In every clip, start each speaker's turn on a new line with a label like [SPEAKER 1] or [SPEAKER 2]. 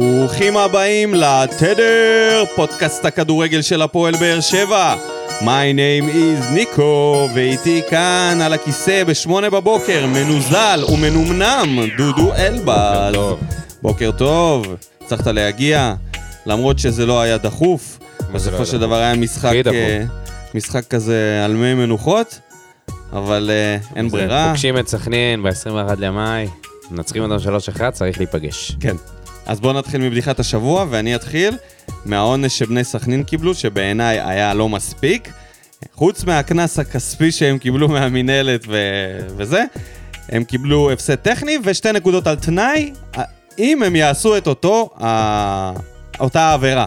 [SPEAKER 1] ברוכים הבאים לתדר, פודקאסט הכדורגל של הפועל באר שבע. My name is ניקו, ואיתי כאן על הכיסא בשמונה בבוקר, מנוזל ומנומנם, דודו אלבז.
[SPEAKER 2] טוב.
[SPEAKER 1] בוקר טוב, הצלחת להגיע, למרות שזה לא היה דחוף.
[SPEAKER 2] מה זה
[SPEAKER 1] בסופו
[SPEAKER 2] לא היה
[SPEAKER 1] של
[SPEAKER 2] דחוף?
[SPEAKER 1] דבר היה משחק,
[SPEAKER 2] הכי דחוף.
[SPEAKER 1] אה, משחק כזה על מי מנוחות, אבל אה, אין ברירה.
[SPEAKER 2] פוגשים את סכנין ב-21 למאי, מנצחים אותם 3-1, צריך להיפגש.
[SPEAKER 1] כן. אז בואו נתחיל מבדיחת השבוע, ואני אתחיל מהעונש שבני סכנין קיבלו, שבעיניי היה לא מספיק. חוץ מהקנס הכספי שהם קיבלו מהמינהלת ו... וזה, הם קיבלו הפסד טכני ושתי נקודות על תנאי, אם הם יעשו את אותו, ה... אותה עבירה.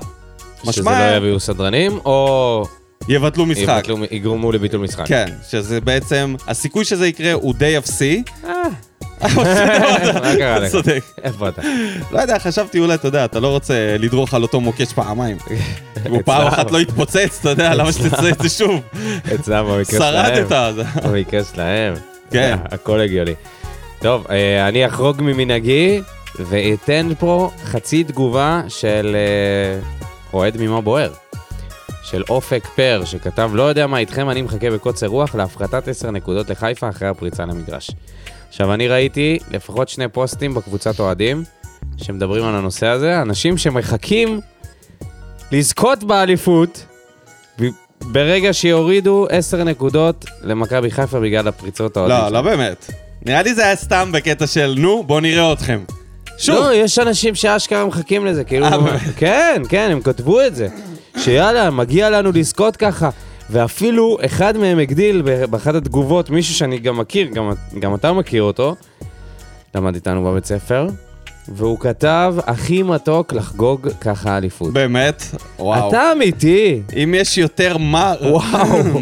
[SPEAKER 2] שזה
[SPEAKER 1] משמע,
[SPEAKER 2] לא יביאו סדרנים, או
[SPEAKER 1] יבטלו משחק.
[SPEAKER 2] יבטלו- יגרמו לביטול משחק.
[SPEAKER 1] כן, שזה בעצם, הסיכוי שזה יקרה הוא די אפסי.
[SPEAKER 2] אה. מה קרה לך?
[SPEAKER 1] צודק.
[SPEAKER 2] איפה אתה?
[SPEAKER 1] לא יודע, חשבתי אולי, אתה יודע, אתה לא רוצה לדרוך על אותו מוקש פעמיים. הוא פעם
[SPEAKER 2] אצלם.
[SPEAKER 1] אחת לא התפוצץ, אתה יודע, למה שתעשה את זה שוב?
[SPEAKER 2] אצלם במקרה שלהם.
[SPEAKER 1] שרדת. אז-
[SPEAKER 2] במקרה שלהם. אה,
[SPEAKER 1] כן.
[SPEAKER 2] הכל הגיוני. טוב, אה, אני אחרוג ממנהגי, ואתן פה חצי תגובה של אה, אוהד ממה בוער. של אופק פר, שכתב, לא יודע מה איתכם, אני מחכה בקוצר רוח להפחתת 10 נקודות לחיפה אחרי הפריצה למגרש. עכשיו, אני ראיתי לפחות שני פוסטים בקבוצת אוהדים שמדברים על הנושא הזה, אנשים שמחכים לזכות באליפות ב- ברגע שיורידו 10 נקודות למכבי חיפה בגלל הפריצות האוהדים.
[SPEAKER 1] לא,
[SPEAKER 2] שלהם.
[SPEAKER 1] לא באמת. נראה לי זה היה סתם בקטע של, נו, בואו נראה אתכם. שוב,
[SPEAKER 2] לא, יש אנשים שאשכרה מחכים לזה, כאילו...
[SPEAKER 1] אה, באמת?
[SPEAKER 2] כן, כן, הם כתבו את זה. שיאללה, מגיע לנו לזכות ככה. ואפילו אחד מהם הגדיל ב- באחת התגובות, מישהו שאני גם מכיר, גם, גם אתה מכיר אותו, למד איתנו בבית ספר, והוא כתב, הכי מתוק לחגוג ככה אליפות.
[SPEAKER 1] באמת, וואו.
[SPEAKER 2] אתה אמיתי?
[SPEAKER 1] אם יש יותר מר,
[SPEAKER 2] וואו.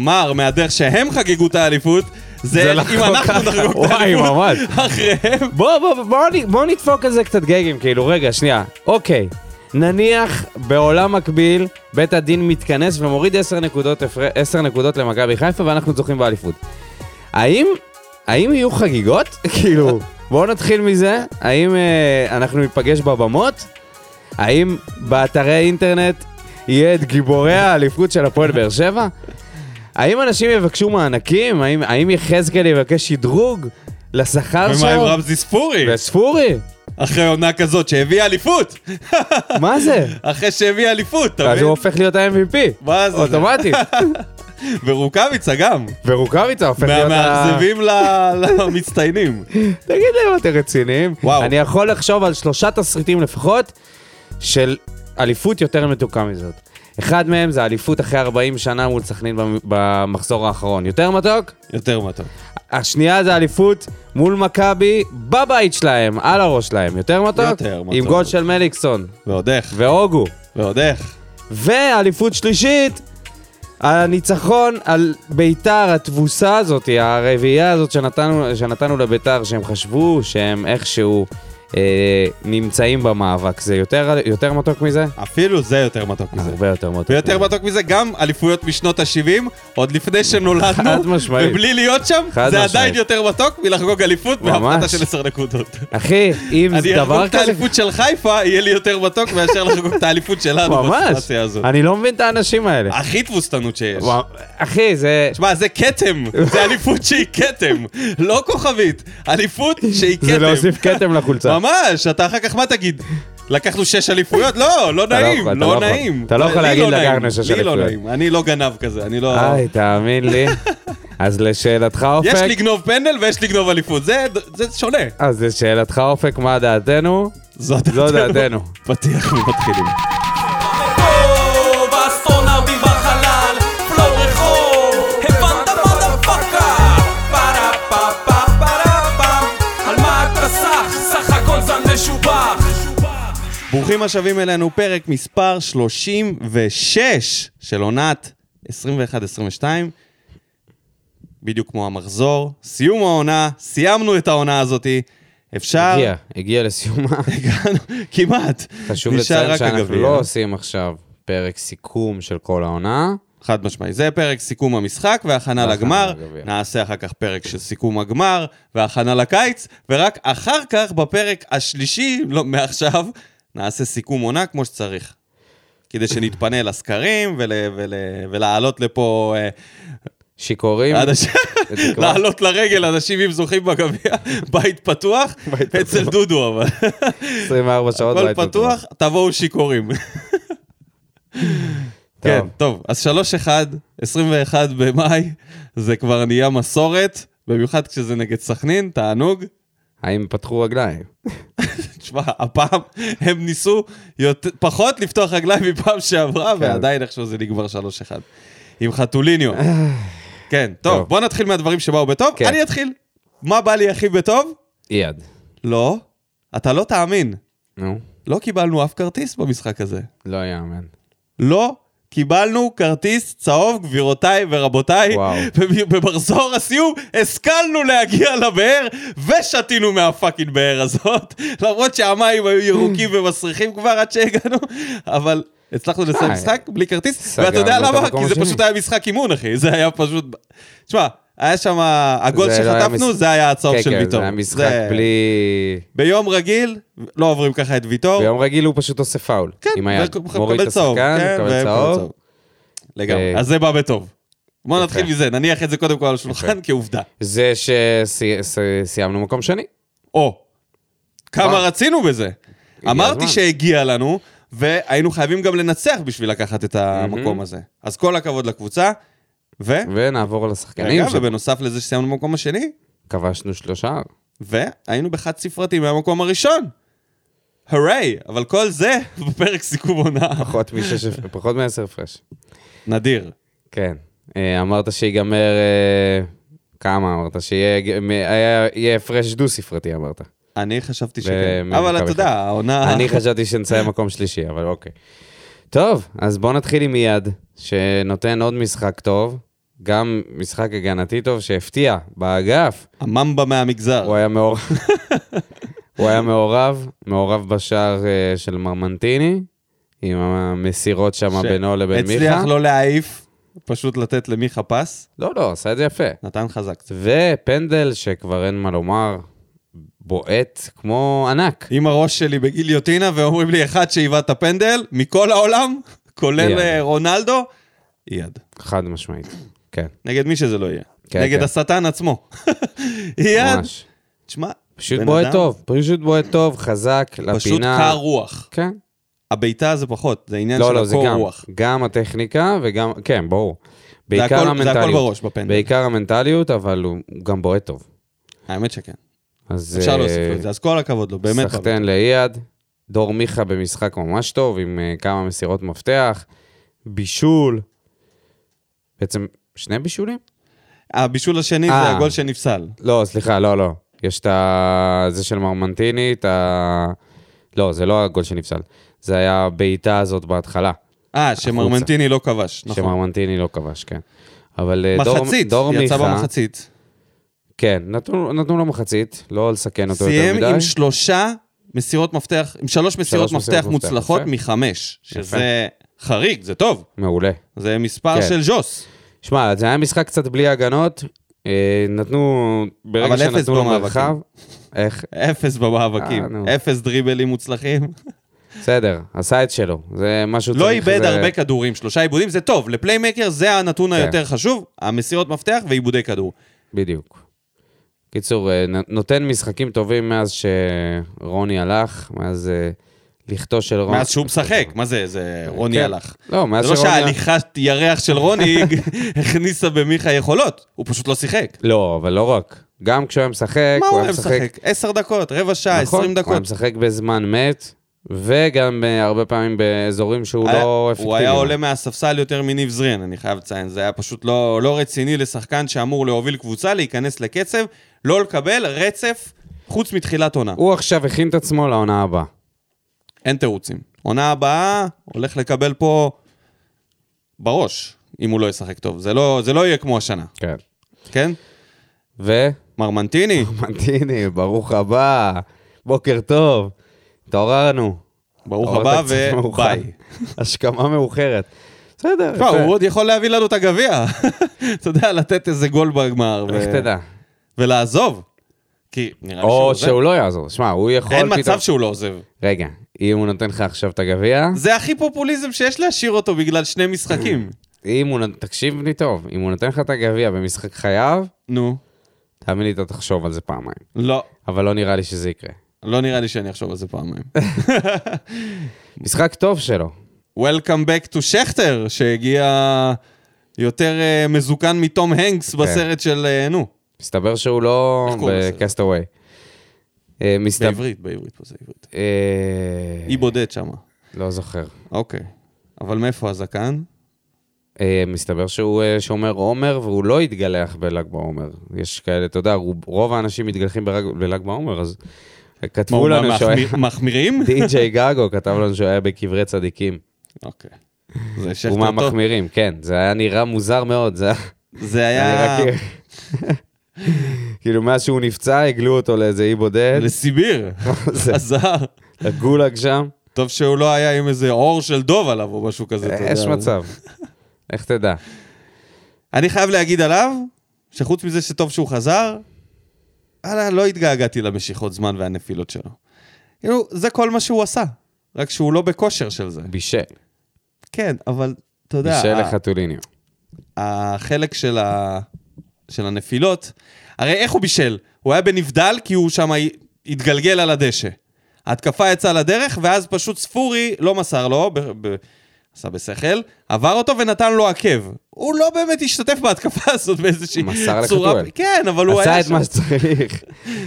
[SPEAKER 1] מר מהדרך שהם חגגו את האליפות, זה אם
[SPEAKER 2] לחגוג ככה.
[SPEAKER 1] אנחנו נחגוג את
[SPEAKER 2] וואי,
[SPEAKER 1] האליפות
[SPEAKER 2] ממש.
[SPEAKER 1] אחריהם.
[SPEAKER 2] בוא, בוא, בוא, בוא, נ- בוא נדפוק על זה קצת גגים, כאילו, רגע, שנייה. אוקיי, נניח בעולם מקביל, בית הדין מתכנס ומוריד 10 נקודות, הפר- 10 נקודות למכבי חיפה ואנחנו זוכים באליפות. האם, האם יהיו חגיגות? כאילו, בואו נתחיל מזה. האם אה, אנחנו ניפגש בבמות? האם באתרי אינטרנט יהיה את גיבורי האליפות של הפועל באר שבע? האם אנשים יבקשו מענקים? האם, האם יחזקאל יבקש שדרוג לשכר שלו?
[SPEAKER 1] ומה עם רמזי ספורי?
[SPEAKER 2] וספורי,
[SPEAKER 1] אחרי עונה כזאת שהביאה אליפות.
[SPEAKER 2] מה זה?
[SPEAKER 1] אחרי שהביאה אליפות, אתה
[SPEAKER 2] אז הוא
[SPEAKER 1] מבין?
[SPEAKER 2] הופך להיות ה-MVP.
[SPEAKER 1] מה זה?
[SPEAKER 2] אוטומטית.
[SPEAKER 1] ורוקאביצה גם.
[SPEAKER 2] ורוקאביצה הופך להיות ה...
[SPEAKER 1] מהמאכזבים ל- למצטיינים.
[SPEAKER 2] תגיד להם, אתם רציניים.
[SPEAKER 1] וואו.
[SPEAKER 2] אני יכול לחשוב על שלושה תסריטים לפחות של אליפות יותר מתוקה מזאת. אחד מהם זה אליפות אחרי 40 שנה מול סכנין במ- במחזור האחרון. יותר מתוק?
[SPEAKER 1] יותר מתוק.
[SPEAKER 2] השנייה זה אליפות מול מכבי בבית שלהם, על הראש שלהם. יותר מתוק?
[SPEAKER 1] יותר מתוק.
[SPEAKER 2] עם גול של מליקסון
[SPEAKER 1] ועוד איך,
[SPEAKER 2] והוגו.
[SPEAKER 1] ועוד איך.
[SPEAKER 2] ואליפות שלישית, הניצחון על ביתר, התבוסה הזאת, הרביעייה הזאת שנתנו, שנתנו לביתר, שהם חשבו שהם איכשהו אה, נמצאים במאבק. זה יותר, יותר מתוק מזה?
[SPEAKER 1] אפילו זה יותר מתוק מזה.
[SPEAKER 2] הרבה יותר מתוק.
[SPEAKER 1] ויותר
[SPEAKER 2] מזה.
[SPEAKER 1] מתוק מזה, גם אליפויות משנות ה-70, עוד לפני שנולדנו,
[SPEAKER 2] חד משמעית.
[SPEAKER 1] ובלי להיות שם,
[SPEAKER 2] חד
[SPEAKER 1] זה
[SPEAKER 2] משמעית.
[SPEAKER 1] עדיין יותר מתוק מלחגוג אליפות
[SPEAKER 2] ממש.
[SPEAKER 1] בהפחתה של 10 נקודות.
[SPEAKER 2] אחי, אם
[SPEAKER 1] אני אחגוג
[SPEAKER 2] דבר
[SPEAKER 1] את
[SPEAKER 2] כזה...
[SPEAKER 1] האליפות של חיפה, יהיה לי יותר מתוק מאשר לחגוג את האליפות שלנו
[SPEAKER 2] ממש,
[SPEAKER 1] בסיטואציה הזאת.
[SPEAKER 2] אני לא מבין את האנשים האלה.
[SPEAKER 1] הכי תבוסתנות שיש.
[SPEAKER 2] וואו, אחי, זה...
[SPEAKER 1] שמע, זה כתם, זה אליפות שהיא כתם, לא כוכבית, אליפות שהיא כתם.
[SPEAKER 2] זה להוסיף כתם לחולצה.
[SPEAKER 1] ממש, אתה אחר כך מה תגיד? לקחנו שש אליפויות? לא, לא
[SPEAKER 2] אתה לא
[SPEAKER 1] נעים,
[SPEAKER 2] יכול, אתה לא
[SPEAKER 1] לא
[SPEAKER 2] יכול.
[SPEAKER 1] נעים.
[SPEAKER 2] אתה לא יכול
[SPEAKER 1] לי
[SPEAKER 2] להגיד,
[SPEAKER 1] נעים,
[SPEAKER 2] לקחנו שש
[SPEAKER 1] לי לא
[SPEAKER 2] אליפויות. אה,
[SPEAKER 1] נעים, אני לא גנב כזה, אני לא...
[SPEAKER 2] איי, תאמין לי. אז לשאלתך, אופק...
[SPEAKER 1] יש לגנוב פנדל ויש לגנוב אליפות, זה- זה שונה.
[SPEAKER 2] אז לשאלתך, אופק, מה דעתנו? זו דעתנו.
[SPEAKER 1] פתיח ומתחילים.
[SPEAKER 3] טוב, אסטרונאוטים בחלל, פלואו רחוב, הבנת מודפאקה? פרה פה פה פרה פם, על מה אתה סח? סך הכל זן משובח.
[SPEAKER 1] ברוכים השבים אלינו, פרק מספר 36 של עונת 21-22, בדיוק כמו המחזור. סיום העונה, סיימנו את העונה הזאתי. אפשר...
[SPEAKER 2] הגיע, הגיע לסיומה.
[SPEAKER 1] הגענו, כמעט.
[SPEAKER 2] חשוב
[SPEAKER 1] נשאר
[SPEAKER 2] לציין
[SPEAKER 1] רק
[SPEAKER 2] שאנחנו
[SPEAKER 1] הגביע.
[SPEAKER 2] לא עושים עכשיו פרק סיכום של כל העונה.
[SPEAKER 1] חד משמעי. זה פרק סיכום המשחק והכנה
[SPEAKER 2] והכנה
[SPEAKER 1] לגמר.
[SPEAKER 2] לגביע.
[SPEAKER 1] נעשה אחר כך פרק של סיכום הגמר והכנה לקיץ, ורק אחר כך, בפרק השלישי, לא, מעכשיו, נעשה סיכום עונה כמו שצריך. כדי שנתפנה לסקרים ול, ול, ולעלות לפה, אה,
[SPEAKER 2] שיכורים,
[SPEAKER 1] עד הש... לא,
[SPEAKER 2] בתקווה.
[SPEAKER 1] לעלות לרגל אנשים אם זוכים בגביע, בית פתוח,
[SPEAKER 2] בית
[SPEAKER 1] אצל דודו אבל.
[SPEAKER 2] 24 שעות.
[SPEAKER 1] הכל
[SPEAKER 2] בית
[SPEAKER 1] פתוח, תבואו שיכורים. כן, טוב, אז 3-1, 21 במאי, זה כבר נהיה מסורת, במיוחד כשזה נגד סכנין, תענוג.
[SPEAKER 2] האם פתחו רגליים?
[SPEAKER 1] תשמע, הפעם הם ניסו יותר, פחות לפתוח רגליים מפעם שעברה,
[SPEAKER 2] כן.
[SPEAKER 1] ועדיין איכשהו זה נגמר 3-1. עם חתוליניו. כן, טוב,
[SPEAKER 2] אה. טוב.
[SPEAKER 1] בוא נתחיל מהדברים שבאו בטוב.
[SPEAKER 2] כן.
[SPEAKER 1] אני אתחיל. מה בא לי הכי בטוב?
[SPEAKER 2] אייד.
[SPEAKER 1] לא. אתה לא תאמין,
[SPEAKER 2] נו,
[SPEAKER 1] לא קיבלנו אף כרטיס במשחק הזה.
[SPEAKER 2] לא יאמן.
[SPEAKER 1] לא קיבלנו כרטיס צהוב, גבירותיי ורבותיי.
[SPEAKER 2] וואו.
[SPEAKER 1] במ- במחזור הסיום השכלנו להגיע לבאר, ושתינו מהפאקינג באר הזאת. למרות שהמים היו ירוקים ומסריחים כבר עד שהגענו, אבל... הצלחנו לסיים
[SPEAKER 2] אה,
[SPEAKER 1] משחק בלי כרטיס,
[SPEAKER 2] סגרנו
[SPEAKER 1] ואתה יודע
[SPEAKER 2] את
[SPEAKER 1] למה?
[SPEAKER 2] המקום
[SPEAKER 1] כי זה
[SPEAKER 2] השני.
[SPEAKER 1] פשוט היה משחק אימון, אחי. זה היה פשוט... תשמע, היה שם... הגול
[SPEAKER 2] זה לא היה
[SPEAKER 1] שחטפנו,
[SPEAKER 2] מש-
[SPEAKER 1] זה היה הצהוב
[SPEAKER 2] כן,
[SPEAKER 1] של
[SPEAKER 2] כן,
[SPEAKER 1] ויטור.
[SPEAKER 2] זה היה משחק
[SPEAKER 1] זה-
[SPEAKER 2] בלי...
[SPEAKER 1] ביום רגיל, לא עוברים ככה את ויטור.
[SPEAKER 2] ביום רגיל הוא פשוט עושה פאול.
[SPEAKER 1] כן,
[SPEAKER 2] עם היד.
[SPEAKER 1] וקו-
[SPEAKER 2] מוריד את
[SPEAKER 1] מקבל צהוב,
[SPEAKER 2] השחקן,
[SPEAKER 1] כן,
[SPEAKER 2] מקבל
[SPEAKER 1] ו-
[SPEAKER 2] צהוב.
[SPEAKER 1] לגמרי.
[SPEAKER 2] אה,
[SPEAKER 1] אז זה בא בטוב. בוא
[SPEAKER 2] יפה.
[SPEAKER 1] נתחיל מזה, נניח את זה קודם כל על השולחן כעובדה.
[SPEAKER 2] זה שסיימנו מקום שני.
[SPEAKER 1] או, כמה
[SPEAKER 2] וואו.
[SPEAKER 1] רצינו בזה. אמרתי
[SPEAKER 2] הזמן.
[SPEAKER 1] שהגיע לנו, והיינו חייבים גם לנצח בשביל לקחת את המקום הזה. אז כל הכבוד לקבוצה, ו...
[SPEAKER 2] ונעבור על השחקנים.
[SPEAKER 1] רגע,
[SPEAKER 2] ש-
[SPEAKER 1] ובנוסף לזה שסיימנו במקום השני,
[SPEAKER 2] כבשנו שלושה.
[SPEAKER 1] והיינו בחד ספרתי מהמקום הראשון. הרי, אבל כל זה בפרק סיכום עונה.
[SPEAKER 2] פחות משש... פחות מעשר הפרש.
[SPEAKER 1] נדיר.
[SPEAKER 2] כן. אה, אמרת שיגמר... אה, כמה אמרת? שיהיה ג- מ- היה- יהיה הפרש דו-ספרתי אמרת.
[SPEAKER 1] אני חשבתי שכן.
[SPEAKER 2] ומכבי
[SPEAKER 1] אבל אתה יודע,
[SPEAKER 2] חיפה.
[SPEAKER 1] העונה...
[SPEAKER 2] אני חשבתי שנסיים מקום שלישי, אבל אוקיי. טוב, אז בואו נתחיל עם יד, שנותן עוד משחק טוב, גם משחק הגנתי טוב שהפתיע באגף.
[SPEAKER 1] הממבה מהמגזר.
[SPEAKER 2] הוא היה מעורב, הוא היה מעורב, מעורב בשער אה, של מרמנטיני, עם המסירות שם
[SPEAKER 1] ש-
[SPEAKER 2] בינו לבין מיכה.
[SPEAKER 1] הצליח לא להעיף, פשוט לתת למיכה פס,
[SPEAKER 2] לא, לא, עשה את זה יפה.
[SPEAKER 1] נתן חזק.
[SPEAKER 2] ופנדל, שכבר אין מה לומר, בועט כמו ענק.
[SPEAKER 1] עם הראש שלי בגיליוטינה, ואומרים לי, אחד שהיווה את הפנדל, מכל העולם, כולל
[SPEAKER 2] אייד.
[SPEAKER 1] אה, רונלדו, אייד.
[SPEAKER 2] חד משמעית, כן,
[SPEAKER 1] נגד מי שזה לא יהיה.
[SPEAKER 2] כן,
[SPEAKER 1] נגד
[SPEAKER 2] כן.
[SPEAKER 1] השטן עצמו. אייד,
[SPEAKER 2] ממש.
[SPEAKER 1] תשמע,
[SPEAKER 2] פשוט
[SPEAKER 1] כן. בן
[SPEAKER 2] בועט
[SPEAKER 1] אדם-
[SPEAKER 2] טוב, פשוט בועט טוב, חזק, לפינה.
[SPEAKER 1] פשוט קר רוח.
[SPEAKER 2] כן.
[SPEAKER 1] הבעיטה זה פחות, זה עניין
[SPEAKER 2] לא,
[SPEAKER 1] של
[SPEAKER 2] לא, זה
[SPEAKER 1] הקור
[SPEAKER 2] גם,
[SPEAKER 1] רוח.
[SPEAKER 2] גם הטכניקה וגם, כן, ברור. בעיקר
[SPEAKER 1] הכל- זה הכל
[SPEAKER 2] המנטליות.
[SPEAKER 1] בראש בפנדל.
[SPEAKER 2] בעיקר המנטליות, אבל הוא הוא גם בועט טוב.
[SPEAKER 1] האמת שכן.
[SPEAKER 2] אז...
[SPEAKER 1] אפשר
[SPEAKER 2] אה,
[SPEAKER 1] להוסיף לו את זה, אז כל הכבוד לו, באמת.
[SPEAKER 2] סחטיין לאייד, דור מיכה במשחק ממש טוב, עם אה, כמה מסירות מפתח, בישול. בעצם, שני בישולים?
[SPEAKER 1] הבישול השני זה
[SPEAKER 2] אה.
[SPEAKER 1] הגול שנפסל.
[SPEAKER 2] לא, סליחה, לא, לא. יש את ה... זה של מרמנטיני, את ה... לא, זה לא הגול שנפסל. זה היה הבעיטה הזאת בהתחלה.
[SPEAKER 1] אה, שמרמנטיני לא כבש, נכון.
[SPEAKER 2] שמרמנטיני לא כבש, כן. אבל אה, דור,
[SPEAKER 1] מחצית,
[SPEAKER 2] דור מיכה...
[SPEAKER 1] יצא במחצית.
[SPEAKER 2] כן, נתנו, נתנו לו מחצית, לא לסכן אותו יותר מדי.
[SPEAKER 1] סיים עם שלושה מסירות מפתח, עם שלוש מסירות
[SPEAKER 2] מסירות
[SPEAKER 1] מפתח
[SPEAKER 2] מפתח,
[SPEAKER 1] מוצלחות
[SPEAKER 2] יפה.
[SPEAKER 1] מחמש, שזה חריג, זה טוב,
[SPEAKER 2] מעולה.
[SPEAKER 1] זה מספר
[SPEAKER 2] כן.
[SPEAKER 1] של ז'וס.
[SPEAKER 2] שמע, זה היה משחק קצת בלי הגנות. אה, נתנו, ברגע
[SPEAKER 1] אבל אפס
[SPEAKER 2] שנתנו לו
[SPEAKER 1] במאבקים.
[SPEAKER 2] מרחב... איך?
[SPEAKER 1] אפס
[SPEAKER 2] אה,
[SPEAKER 1] במאבקים,
[SPEAKER 2] נו.
[SPEAKER 1] אפס דריבלים מוצלחים.
[SPEAKER 2] בסדר, עשה את שלו. זה משהו...
[SPEAKER 1] לא איבד הרבה כדורים, שלושה עיבודים, זה טוב, לפליימקר זה הנתון
[SPEAKER 2] כן. לא,
[SPEAKER 1] היותר חשוב, המסירות מפתח ועיבודי כדור.
[SPEAKER 2] בדיוק. קיצור, אה, נ- נותן משחקים טובים מאז שרוני הלך, מאז אה, לכתו של רוני.
[SPEAKER 1] מאז שהוא משחק, מה זה, זה רוני
[SPEAKER 2] כן.
[SPEAKER 1] הלך.
[SPEAKER 2] לא, מאז
[SPEAKER 1] זה לא
[SPEAKER 2] שרוני...
[SPEAKER 1] שההליכת ירח של רוני הכניסה במיכה יכולות, הוא פשוט לא שיחק.
[SPEAKER 2] לא, אבל לא רק. גם כשהוא היה משחק,
[SPEAKER 1] מה הוא היה משחק? עשר דקות, רבע שעה,
[SPEAKER 2] נכון,
[SPEAKER 1] עשרים
[SPEAKER 2] הוא היה
[SPEAKER 1] דקות.
[SPEAKER 2] משחק בזמן מת, וגם אה, הרבה פעמים באזורים שהוא
[SPEAKER 1] היה-
[SPEAKER 2] לא אפקטיבי.
[SPEAKER 1] הוא היה עולה מהספסל יותר מניב זרין, אני חייב לציין. זה היה פשוט לא, לא רציני לשחקן שאמור להוביל קבוצה, להיכנס לקצב, לא לקבל רצף חוץ מתחילת עונה.
[SPEAKER 2] הוא עכשיו הכין את עצמו לעונה הבאה.
[SPEAKER 1] אין תירוצים. עונה הבאה, הולך לקבל פה בראש, אם הוא לא ישחק טוב. זה לא, זה לא יהיה כמו השנה,
[SPEAKER 2] כן.
[SPEAKER 1] כן?
[SPEAKER 2] ו...
[SPEAKER 1] מרמנטיני,
[SPEAKER 2] מנטיני, ברוך הבא, בוקר טוב, התעוררנו.
[SPEAKER 1] ברוך
[SPEAKER 2] התעוררת
[SPEAKER 1] הבא
[SPEAKER 2] קצת מאוחר.
[SPEAKER 1] וביי.
[SPEAKER 2] השכמה מאוחרת. בסדר,
[SPEAKER 1] תשמע, הוא
[SPEAKER 2] יפה.
[SPEAKER 1] עוד יכול להביא לנו את הגביע. אתה יודע, לתת איזה גול בגמר. ו-
[SPEAKER 2] איך תדע?
[SPEAKER 1] ולעזוב. כי נראה לי שהוא
[SPEAKER 2] או
[SPEAKER 1] עוזב.
[SPEAKER 2] שהוא לא יעזור. שמע, הוא יכול
[SPEAKER 1] אין
[SPEAKER 2] פתאום...
[SPEAKER 1] מצב שהוא לא עוזב.
[SPEAKER 2] רגע, אם הוא נותן לך עכשיו את הגביע,
[SPEAKER 1] זה הכי פופוליזם שיש להשאיר אותו בגלל שני משחקים.
[SPEAKER 2] אם הוא, נ- תקשיב לי טוב, אם הוא נותן לך את הגביע במשחק חייו,
[SPEAKER 1] נו,
[SPEAKER 2] תאמין לי, אתה תחשוב על זה פעמיים.
[SPEAKER 1] לא,
[SPEAKER 2] אבל לא נראה לי שזה יקרה.
[SPEAKER 1] לא נראה לי שאני אחשוב על זה פעמיים.
[SPEAKER 2] משחק טוב שלו.
[SPEAKER 1] Welcome back to שכטר, שהגיע יותר אה, מזוקן מתום הנקס
[SPEAKER 2] כן.
[SPEAKER 1] בסרט של, אה, נו,
[SPEAKER 2] מסתבר שהוא לא
[SPEAKER 1] איך קוראים לזה?
[SPEAKER 2] בקסטווי. אה, מסתבר...
[SPEAKER 1] בעברית, בעברית פה זה עברית.
[SPEAKER 2] אה,
[SPEAKER 1] אי בודד שמה.
[SPEAKER 2] לא זוכר.
[SPEAKER 1] אוקיי. אבל מאיפה הזקן?
[SPEAKER 2] אה, מסתבר שהוא אה, שומר עומר, והוא לא התגלח בל"ג בעומר. יש כאלה, אתה יודע, רוב- רוב האנשים מתגלחים ברג- בל"ג בעומר, אז
[SPEAKER 1] מה,
[SPEAKER 2] כתבו לנו
[SPEAKER 1] מה,
[SPEAKER 2] שהוא היה...
[SPEAKER 1] מחמיר- מחמירים?
[SPEAKER 2] די.ג'יי גגו כתב לנו שהוא היה בקברי צדיקים.
[SPEAKER 1] אוקיי. זה
[SPEAKER 2] הוא
[SPEAKER 1] שכטר טוב.
[SPEAKER 2] מהמחמירים, כן. זה היה נראה מוזר מאוד, זה
[SPEAKER 1] זה
[SPEAKER 2] היה...
[SPEAKER 1] היה
[SPEAKER 2] נראה כאילו- כאילו, מאז שהוא נפצע, הגלו אותו לאיזה אי בודד,
[SPEAKER 1] לסיביר,
[SPEAKER 2] זה-
[SPEAKER 1] הזר.
[SPEAKER 2] לגולאג שם.
[SPEAKER 1] טוב שהוא לא היה עם איזה עור של דוב עליו או משהו כזה. אתה יודע.
[SPEAKER 2] אה, יש מצב. איך תדע?
[SPEAKER 1] אני חייב להגיד עליו, שחוץ מזה שטוב שהוא חזר, וואלה, לא התגעגעתי למשיכות זמן והנפילות שלו. כאילו, זה כל מה שהוא עשה, רק שהוא לא בכושר של זה.
[SPEAKER 2] בישל.
[SPEAKER 1] כן, אבל אתה יודע,
[SPEAKER 2] בישל
[SPEAKER 1] ה-
[SPEAKER 2] לחתוליניו.
[SPEAKER 1] החלק של, ה... של הנפילות, הרי איך הוא בישל? הוא היה בנבדל כי הוא שם התגלגל על הדשא. ההתקפה יצאה לדרך, ואז פשוט ספורי לא מסר לו, ב... ב... עשה בשכל, עבר אותו ונתן לו עקב. הוא לא באמת השתתף בהתקפה הזאת באיזושהי
[SPEAKER 2] מסר
[SPEAKER 1] צורה.
[SPEAKER 2] לחתואל.
[SPEAKER 1] כן, אבל הוא היה
[SPEAKER 2] עשה את מה שצריך.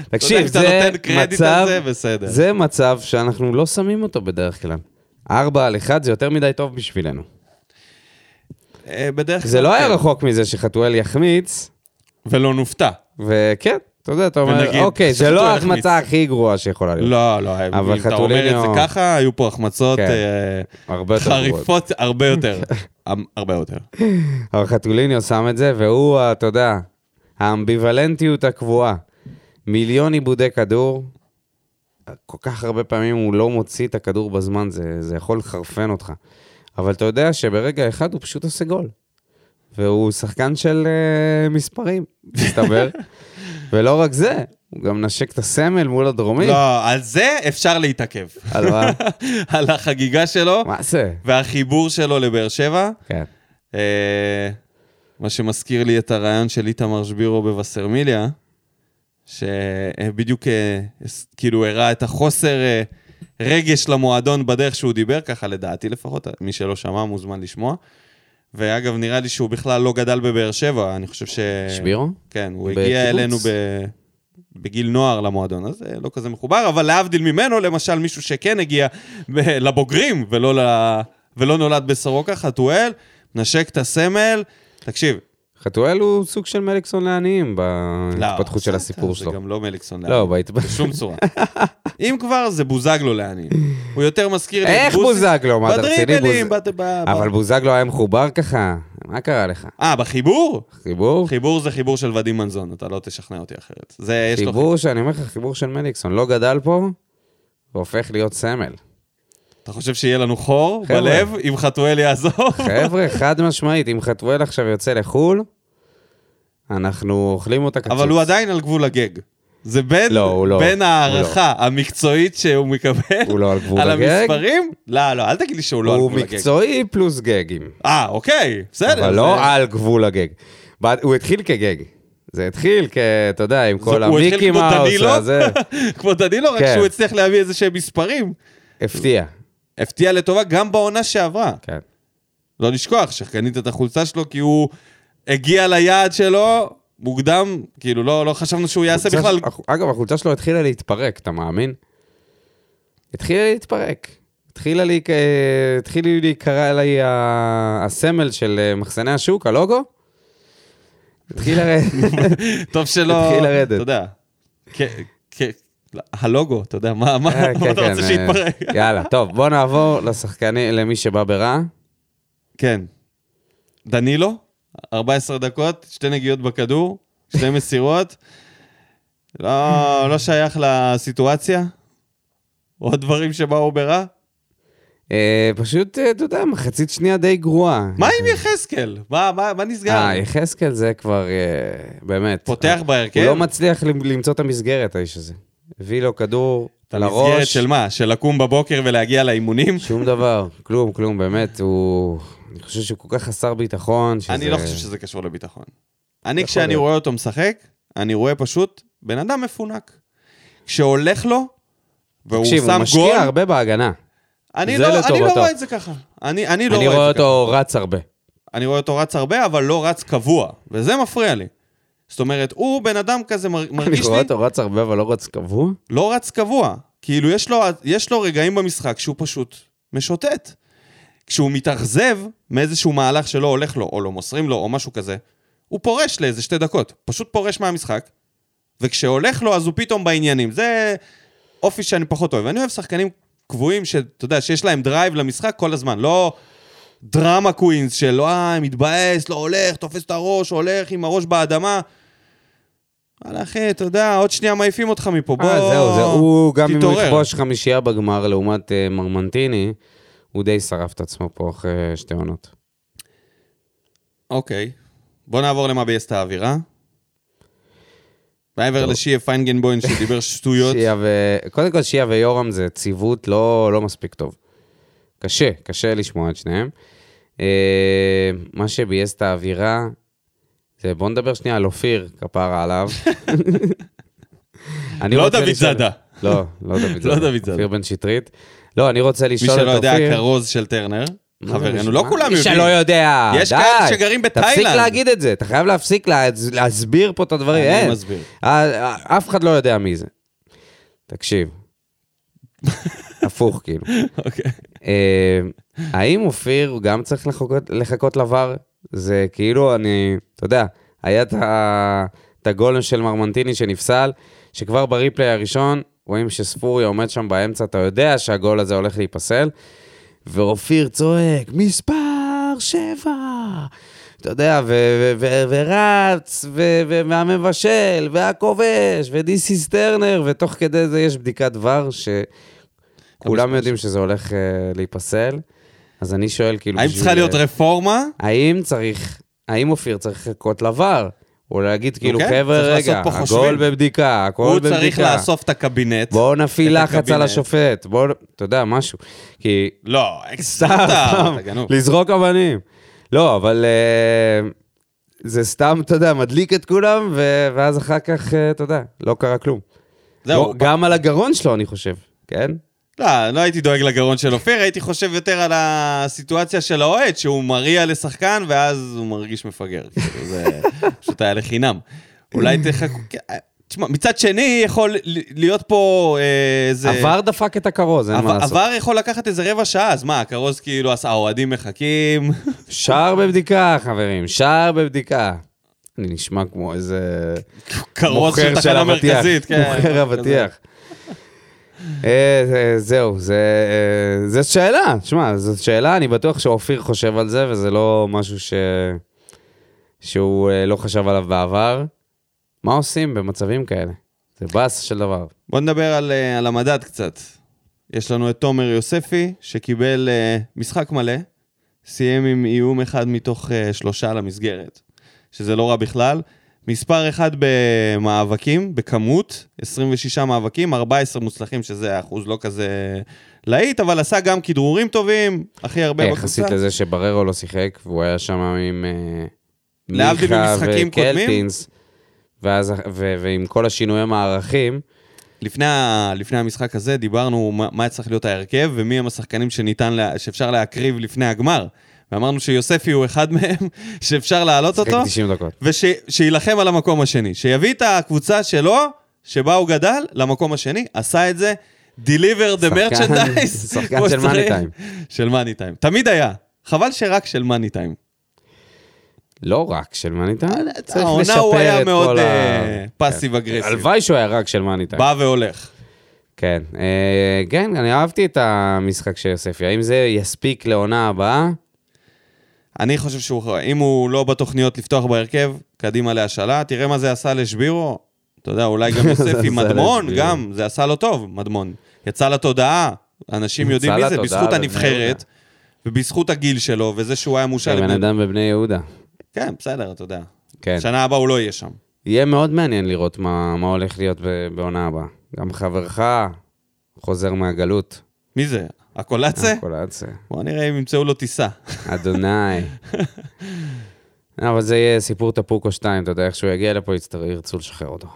[SPEAKER 2] תקשיב,
[SPEAKER 1] אתה
[SPEAKER 2] זה
[SPEAKER 1] יודע, אם אתה נותן קרדיט על
[SPEAKER 2] מצב,
[SPEAKER 1] זה, בסדר.
[SPEAKER 2] זה מצב שאנחנו לא שמים אותו בדרך כלל. ארבע על אחד זה יותר מדי טוב בשבילנו.
[SPEAKER 1] אה, בדרך כלל...
[SPEAKER 2] זה לא היה
[SPEAKER 1] כן.
[SPEAKER 2] רחוק מזה שחתואל יחמיץ,
[SPEAKER 1] ולא נופתע.
[SPEAKER 2] כן. וכן, אתה יודע, אתה
[SPEAKER 1] ונגיד,
[SPEAKER 2] אומר, אוקיי, זה
[SPEAKER 1] שחתואל
[SPEAKER 2] לא
[SPEAKER 1] יחמיץ."
[SPEAKER 2] ההחמצה הכי גרועה שיכולה להיות.
[SPEAKER 1] לא, לא, אם אתה אומר את
[SPEAKER 2] חתוליניו-
[SPEAKER 1] זה ככה, היו פה החמצות
[SPEAKER 2] כן.
[SPEAKER 1] אה,
[SPEAKER 2] הרבה יותר גרועות.
[SPEAKER 1] חריפות הרבה יותר. אמ, הרבה יותר.
[SPEAKER 2] אבל חתוליניו שם את זה, והוא, ה- אתה יודע, האמביוולנטיות הקבועה. מיליון עיבודי כדור, כל כך הרבה פעמים הוא לא מוציא את הכדור בזמן, זה, זה יכול לחרפן אותך. אבל אתה יודע שברגע אחד הוא פשוט עושה גול. והוא שחקן של uh, מספרים, מסתבר. ולא רק זה, הוא גם נשק את הסמל מול הדרומי.
[SPEAKER 1] לא, על זה אפשר להתעכב.
[SPEAKER 2] על מה?
[SPEAKER 1] על החגיגה שלו
[SPEAKER 2] מה זה?
[SPEAKER 1] והחיבור שלו לבאר שבע.
[SPEAKER 2] כן.
[SPEAKER 1] אה, מה שמזכיר לי את הרעיון של איתמר שבירו בווסרמיליה, שבדיוק אה, הס- כאילו הראה את החוסר אה, רגש למועדון בדרך שהוא דיבר, ככה לדעתי לפחות, מי שלא שמע מוזמן לשמוע. ואגב, נראה לי שהוא בכלל לא גדל בבאר שבע, אני חושב ש...
[SPEAKER 2] שבירו?
[SPEAKER 1] כן, הוא
[SPEAKER 2] בקיבוץ?
[SPEAKER 1] הגיע אלינו ב... בגיל נוער למועדון, אז אה, לא כזה מחובר, אבל להבדיל ממנו, למשל מישהו שכן הגיע ב- לבוגרים ולא, ל... ולא נולד בסורוקה, חתואל, נשק את הסמל, תקשיב.
[SPEAKER 2] חתואל הוא סוג של מליקסון לעניים בהתפתחות של
[SPEAKER 1] לא, בסדר,
[SPEAKER 2] הסיפור שלו.
[SPEAKER 1] זה גם לא מליקסון
[SPEAKER 2] לא,
[SPEAKER 1] לעניים,
[SPEAKER 2] בהתפ...
[SPEAKER 1] בשום צורה. אם כבר, זה בוזגלו לעניים. הוא יותר מזכיר לי את
[SPEAKER 2] איך
[SPEAKER 1] בוזי-
[SPEAKER 2] בוזגלו? מה, אתה רציני?
[SPEAKER 1] בדריבלים,
[SPEAKER 2] בוז-
[SPEAKER 1] בת- ב- ב-
[SPEAKER 2] אבל בוזגלו היה מחובר ככה? מה קרה לך?
[SPEAKER 1] אה, בחיבור?
[SPEAKER 2] חיבור?
[SPEAKER 1] חיבור זה חיבור של ודים מנזון, אתה לא תשכנע אותי אחרת. זה, יש לו
[SPEAKER 2] חיבור שאני אומר לך, חיבור של מליקסון. לא גדל פה, והופך להיות סמל.
[SPEAKER 1] אתה חושב שיהיה לנו חור
[SPEAKER 2] חבר'ה.
[SPEAKER 1] בלב אם חתואל יעזוב?
[SPEAKER 2] חבר'ה, חד משמעית, אם חתואל עכשיו יוצא לחו"ל, אנחנו אוכלים אותה קצת.
[SPEAKER 1] אבל הוא עדיין על גבול הגג. זה בין,
[SPEAKER 2] לא, הוא לא.
[SPEAKER 1] בין
[SPEAKER 2] הוא
[SPEAKER 1] ההערכה המקצועית שהוא מקבל
[SPEAKER 2] הוא לא על גבול הגג.
[SPEAKER 1] המספרים. לא, לא, אל תגיד לי שהוא לא על
[SPEAKER 2] הוא
[SPEAKER 1] גבול הגג.
[SPEAKER 2] מקצועי פלוס גגים.
[SPEAKER 1] אה, אוקיי, בסדר.
[SPEAKER 2] אבל
[SPEAKER 1] זה-
[SPEAKER 2] לא על גבול הגג. ב- הוא התחיל כגג. זה התחיל כ... אתה יודע, עם כל
[SPEAKER 1] הוא התחיל
[SPEAKER 2] המיקי
[SPEAKER 1] כמו
[SPEAKER 2] מאוס,
[SPEAKER 1] דנילו?
[SPEAKER 2] הזה.
[SPEAKER 1] כמו דנילו, רק
[SPEAKER 2] כן.
[SPEAKER 1] שהוא הצליח להביא איזה שהם מספרים.
[SPEAKER 2] הפתיע.
[SPEAKER 1] הפתיע לטובה גם בעונה שעברה.
[SPEAKER 2] כן.
[SPEAKER 1] לא לשכוח שקנית את החולצה שלו כי הוא הגיע ליעד שלו מוקדם, כאילו לא, לא חשבנו שהוא יעשה
[SPEAKER 2] החולצה
[SPEAKER 1] בכלל...
[SPEAKER 2] של- אגב, החולצה שלו התחילה להתפרק, אתה מאמין? התחילה להתפרק. התחילה לי, אה, התחיל לי להיקרא לי ה- הסמל של אה, מחסני השוק, הלוגו. כן, התחיל לרדת.
[SPEAKER 1] טוב שלא...
[SPEAKER 2] התחיל לרדת.
[SPEAKER 1] אתה יודע. כ- כ- הלוגו, אתה יודע, מה מה-
[SPEAKER 2] אה,
[SPEAKER 1] מה
[SPEAKER 2] כן,
[SPEAKER 1] אתה
[SPEAKER 2] כן,
[SPEAKER 1] רוצה
[SPEAKER 2] אה,
[SPEAKER 1] שיתפרק?
[SPEAKER 2] יאללה, טוב, בוא נעבור לשחקנים, למי שבא ברע.
[SPEAKER 1] כן. דנילו, 14 דקות, שתי נגיעות בכדור, שתי מסירות. לא, לא שייך לסיטואציה. עוד דברים שבאו ברע.
[SPEAKER 2] אה, פשוט, אה, אתה יודע, מחצית שנייה די גרועה.
[SPEAKER 1] מה עם יחזקאל? מה, מה, מה נסגר?
[SPEAKER 2] אה, יחזקאל זה כבר, אה, באמת.
[SPEAKER 1] פותח בהרכב?
[SPEAKER 2] הוא לא מצליח למ- למצוא את המסגרת, האיש הזה. הביא לו כדור,
[SPEAKER 1] את המסגרת של מה? של לקום בבוקר ולהגיע לאימונים?
[SPEAKER 2] שום דבר, כלום, כלום, באמת, הוא... אני חושב שהוא כל כך חסר ביטחון, שזה...
[SPEAKER 1] אני לא חושב שזה קשור לביטחון. אני,
[SPEAKER 2] יכול
[SPEAKER 1] כשאני
[SPEAKER 2] להיות.
[SPEAKER 1] רואה אותו משחק, אני רואה פשוט בן אדם מפונק. כשהולך לו, והוא
[SPEAKER 2] תקשיב, הוא
[SPEAKER 1] שם
[SPEAKER 2] משקיע
[SPEAKER 1] גול,
[SPEAKER 2] הרבה בהגנה.
[SPEAKER 1] אני
[SPEAKER 2] זה
[SPEAKER 1] לא אני לא
[SPEAKER 2] לטובתו.
[SPEAKER 1] רואה את זה ככה. אני אני לא
[SPEAKER 2] אני
[SPEAKER 1] רואה
[SPEAKER 2] רואה
[SPEAKER 1] את זה ככה.
[SPEAKER 2] אותו רץ הרבה.
[SPEAKER 1] אני רואה אותו רץ הרבה, אבל לא רץ קבוע, וזה מפריע לי. זאת אומרת, הוא בן אדם כזה מר-
[SPEAKER 2] אני
[SPEAKER 1] מרגיש
[SPEAKER 2] רואה
[SPEAKER 1] לי,
[SPEAKER 2] אותו רץ הרבה, אבל לא רץ קבוע.
[SPEAKER 1] לא רץ קבוע. כאילו, יש לו, יש לו רגעים במשחק שהוא פשוט משוטט. כשהוא מתאכזב מאיזשהו מהלך שלא הולך לו, או לא מוסרים לו, או משהו כזה, הוא פורש לאיזה שתי דקות. פשוט פורש מהמשחק, וכשהולך לו, אז הוא פתאום בעניינים. זה אופי שאני פחות אוהב. אני אוהב שחקנים קבועים, שאתה יודע, שיש להם דרייב למשחק כל הזמן, לא דרמה קווינס של אה, מתבאס, לא הולך, תופס את הראש, הולך עם הראש באדמה. וואלה, אחי, אתה יודע, עוד שנייה מעיפים אותך מפה, בוא...
[SPEAKER 2] אה, זהו, זהו. הוא, גם אם הוא
[SPEAKER 1] תתעורר.
[SPEAKER 2] יכבוש חמישייה בגמר לעומת אה, מרמנטיני, הוא די שרף את עצמו פה אחרי שתי עונות.
[SPEAKER 1] אוקיי. בוא נעבור למה ביאס את האווירה. מעבר
[SPEAKER 2] טוב.
[SPEAKER 1] לשיה פיינגנבוים שדיבר שטויות.
[SPEAKER 2] שיה ו... קודם כל, שיה ויורם זה ציוות לא, לא מספיק טוב. קשה, קשה לשמוע את שניהם. אה, מה שביאס את האווירה, זה בואו נדבר שנייה על אופיר, כפרה עליו. אני
[SPEAKER 1] לא
[SPEAKER 2] רוצה
[SPEAKER 1] דוד
[SPEAKER 2] לשאול-
[SPEAKER 1] זאדה.
[SPEAKER 2] לא, לא דוד זאדה.
[SPEAKER 1] לא דוד זאדה.
[SPEAKER 2] אופיר בן שטרית. לא, אני רוצה
[SPEAKER 1] מי
[SPEAKER 2] לשאול את
[SPEAKER 1] שלא
[SPEAKER 2] אופיר...
[SPEAKER 1] יודע, הכרוז של טרנר.
[SPEAKER 2] מה זה
[SPEAKER 1] חברנו,
[SPEAKER 2] משנה?
[SPEAKER 1] לא כולם
[SPEAKER 2] מי
[SPEAKER 1] יודעים.
[SPEAKER 2] שלא יודע, די.
[SPEAKER 1] יש כאלה שגרים
[SPEAKER 2] תפסיק
[SPEAKER 1] בתאילנד.
[SPEAKER 2] להגיד את זה, אתה חייב להפסיק להצ- להסביר פה את הדברים.
[SPEAKER 1] אני
[SPEAKER 2] אין.
[SPEAKER 1] מסביר.
[SPEAKER 2] אה, אה, אף אחד לא יודע מי זה. תקשיב. הפוך, כאילו.
[SPEAKER 1] אוקיי.
[SPEAKER 2] אה, האם אופיר גם צריך לחכות, לחכות לבר? זה כאילו, אני, אתה יודע, היה את ה- את הגולם של מרמנטיני שנפסל, שכבר בריפלי הראשון, רואים שספוריה עומד שם באמצע, אתה יודע שהגול הזה הולך להיפסל, ואופיר צועק, מספר שבע! אתה יודע, ו- ו- ו- ורץ, ו- ו- והמבשל, והכובש, ודיסיס טרנר, ותוך כדי זה יש בדיקת ור, שכולם
[SPEAKER 1] כמה
[SPEAKER 2] יודעים שזה הולך uh, להיפסל. אז אני שואל, כאילו...
[SPEAKER 1] האם
[SPEAKER 2] בשביל-
[SPEAKER 1] צריכה להיות רפורמה?
[SPEAKER 2] האם צריך, האם אופיר צריך לחכות לבר? או להגיד, כאילו,
[SPEAKER 1] אוקיי,
[SPEAKER 2] חבר'ה,
[SPEAKER 1] צריך
[SPEAKER 2] רגע,
[SPEAKER 1] לעשות פה
[SPEAKER 2] הכל
[SPEAKER 1] חושבים.
[SPEAKER 2] בבדיקה, הכל
[SPEAKER 1] הוא
[SPEAKER 2] בבדיקה.
[SPEAKER 1] צריך לאסוף את הקבינט.
[SPEAKER 2] בואו נפעיל
[SPEAKER 1] את
[SPEAKER 2] לחץ על
[SPEAKER 1] הקבינט.
[SPEAKER 2] השופט, בואו, אתה יודע, משהו. כי
[SPEAKER 1] לא,
[SPEAKER 2] סתם,
[SPEAKER 1] סתם, אתה גנוב.
[SPEAKER 2] לזרוק אבנים. לא, אבל אה, זה סתם, אתה יודע, מדליק את כולם, ו- ואז אחר כך, אה, אתה יודע, לא קרה כלום.
[SPEAKER 1] זהו,
[SPEAKER 2] לא, גם על הגרון שלו, אני חושב, כן?
[SPEAKER 1] לא, לא הייתי דואג לגרון של אופיר, הייתי חושב יותר על הסיטואציה של האוהד, שהוא מריע לשחקן ואז הוא מרגיש מפגר. כאילו, זה פשוט היה לחינם. אולי תחכו... כן, תשמע, מצד שני, יכול ל- להיות פה אה, איזה...
[SPEAKER 2] עבר דפק את הכרוז, אין מה
[SPEAKER 1] עבר,
[SPEAKER 2] לעשות.
[SPEAKER 1] עבר יכול לקחת איזה רבע שעה, אז מה, הכרוז כאילו, אז האוהדים מחכים.
[SPEAKER 2] שער בבדיקה, חברים, שער בבדיקה. אני נשמע כמו איזה...
[SPEAKER 1] כרוז של
[SPEAKER 2] מוכר
[SPEAKER 1] תחנה
[SPEAKER 2] אבטיח.
[SPEAKER 1] מרכזית, כן.
[SPEAKER 2] מוכר אבטיח. אה, זה- זהו, זה, אה, זו שאלה, תשמע, זאת שאלה, אני בטוח שאופיר חושב על זה, וזה לא משהו ש... שהוא אה, לא חשב עליו בעבר. מה עושים במצבים כאלה? זה באס של דבר.
[SPEAKER 1] בוא נדבר על, אה, על המדד קצת. יש לנו את תומר יוספי, שקיבל אה, משחק מלא, סיים עם איום אחד מתוך אה, שלושה למסגרת, שזה לא רע בכלל. מספר אחד במאבקים, בכמות, 26 מאבקים, 14 מוצלחים, שזה אחוז לא כזה להיט, אבל עשה גם כדרורים טובים, הכי הרבה
[SPEAKER 2] אה,
[SPEAKER 1] בקבוצה.
[SPEAKER 2] יחסית לזה שבררו לא שיחק, והוא היה שם עם אה,
[SPEAKER 1] להבדיל
[SPEAKER 2] מיכה
[SPEAKER 1] ממשחקים קודמים?
[SPEAKER 2] וקלטינס, ואז, ו, ועם כל השינויי מערכים,
[SPEAKER 1] לפני, ה- לפני המשחק הזה דיברנו מה, מה צריך להיות ההרכב ומי הם השחקנים שניתן, לה, שאפשר להקריב לפני הגמר. ואמרנו שיוספי הוא אחד מהם שאפשר להעלות
[SPEAKER 2] שיחק
[SPEAKER 1] אותו,
[SPEAKER 2] 90 דקות.
[SPEAKER 1] ושיילחם על המקום השני. שיביא את הקבוצה שלו, שבה הוא גדל, למקום השני, עשה את זה, deliver the
[SPEAKER 2] שחקן-
[SPEAKER 1] merchandise.
[SPEAKER 2] שחקן
[SPEAKER 1] כמו
[SPEAKER 2] של
[SPEAKER 1] שצריך.
[SPEAKER 2] מאני טיים.
[SPEAKER 1] של מאני טיים. תמיד היה. חבל שרק של מאני טיים.
[SPEAKER 2] כן. לא רק של מניטה, צריך
[SPEAKER 1] אה, העונה הוא
[SPEAKER 2] לשפר
[SPEAKER 1] היה
[SPEAKER 2] את
[SPEAKER 1] מאוד אה,
[SPEAKER 2] כל ה... כן.
[SPEAKER 1] פאסיב אגרסיב.
[SPEAKER 2] הלוואי שהוא היה רק של מניטה.
[SPEAKER 1] בא והולך.
[SPEAKER 2] כן, אה, כן, אני אהבתי את המשחק של יוספי. האם זה יספיק לעונה הבאה?
[SPEAKER 1] אני חושב שהוא, אם הוא לא בתוכניות לפתוח בהרכב, קדימה להשאלה. תראה מה זה עשה לשבירו. אתה יודע, אולי גם יוספי
[SPEAKER 2] עשה
[SPEAKER 1] מדמון,
[SPEAKER 2] לשבירו.
[SPEAKER 1] גם, זה עשה לו טוב, מדמון. יצא לתודעה, אנשים
[SPEAKER 2] יצא
[SPEAKER 1] יודעים מי זה,
[SPEAKER 2] לתודעה
[SPEAKER 1] בזכות
[SPEAKER 2] בבני
[SPEAKER 1] הנבחרת, ובזכות הגיל שלו, וזה שהוא היה מושל...
[SPEAKER 2] בן אדם בבני יהודה.
[SPEAKER 1] כן, בסדר, אתה יודע.
[SPEAKER 2] כן.
[SPEAKER 1] שנה הבאה הוא לא יהיה שם.
[SPEAKER 2] יהיה מאוד מעניין לראות מה מה הולך להיות ב- בעונה הבאה. גם חברך, חוזר מהגלות.
[SPEAKER 1] מי זה? הקולאצה?
[SPEAKER 2] הקולציה.
[SPEAKER 1] בוא נראה אם ימצאו לו טיסה.
[SPEAKER 2] אדוני. אבל זה יהיה סיפור תפוקו 2, אתה יודע, איך שהוא יגיע לפה יצטר- ירצו לשחרר אותו.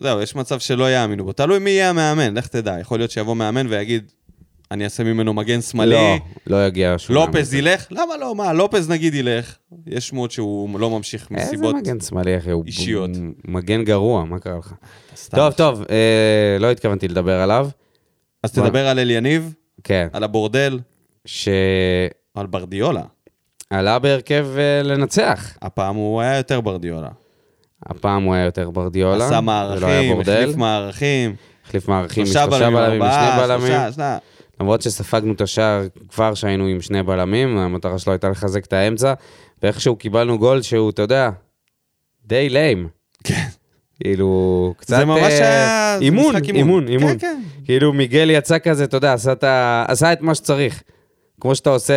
[SPEAKER 1] זהו, יש מצב שלא יאמינו בו. תלוי מי יהיה המאמן, לך תדע. יכול להיות שיבוא מאמן ויגיד, אני אעשה ממנו מגן
[SPEAKER 2] לא,
[SPEAKER 1] שמאלי,
[SPEAKER 2] לא יגיע שום
[SPEAKER 1] לופז
[SPEAKER 2] מאמן.
[SPEAKER 1] ילך? למה לא? מה, לופז נגיד ילך. יש שמועות שהוא לא ממשיך מסיבות...
[SPEAKER 2] איזה מגן שמאלי, אחי? הוא
[SPEAKER 1] אישיות.
[SPEAKER 2] ב- מגן גרוע, מה קרה לך?
[SPEAKER 1] סתם.
[SPEAKER 2] טוב, טוב, אה, לא התכוונתי לדבר עליו.
[SPEAKER 1] אז תדבר על אל יניב,
[SPEAKER 2] כן,
[SPEAKER 1] על הבורדל,
[SPEAKER 2] שעלה
[SPEAKER 1] על ברדיולה.
[SPEAKER 2] בהרכב אה, לנצח.
[SPEAKER 1] הפעם הוא היה יותר ברדיולה.
[SPEAKER 2] הפעם הוא היה יותר ברדיולה.
[SPEAKER 1] עשה
[SPEAKER 2] ולא היה
[SPEAKER 1] מערכים,
[SPEAKER 2] בורדל.
[SPEAKER 1] החליף מערכים.
[SPEAKER 2] החליף מערכים
[SPEAKER 1] שלושה
[SPEAKER 2] משלושה
[SPEAKER 1] בלמים,
[SPEAKER 2] בלמים, משני
[SPEAKER 1] ארבעה,
[SPEAKER 2] בלמים.
[SPEAKER 1] שלושה, שלושה.
[SPEAKER 2] למרות שספגנו את השער כבר שהיינו עם שני בלמים, המטרה שלו הייתה לחזק את האמצע, ואיכשהו קיבלנו גול שהוא, אתה יודע, די ליים.
[SPEAKER 1] כן.
[SPEAKER 2] כאילו, קצת...
[SPEAKER 1] זה ממש
[SPEAKER 2] אה,
[SPEAKER 1] היה
[SPEAKER 2] אימון,
[SPEAKER 1] משחק
[SPEAKER 2] אימון, אימון.
[SPEAKER 1] כן, כן.
[SPEAKER 2] כאילו, מיגל יצא כזה, אתה יודע, עשה, את ה... עשה את מה שצריך. כמו שאתה עושה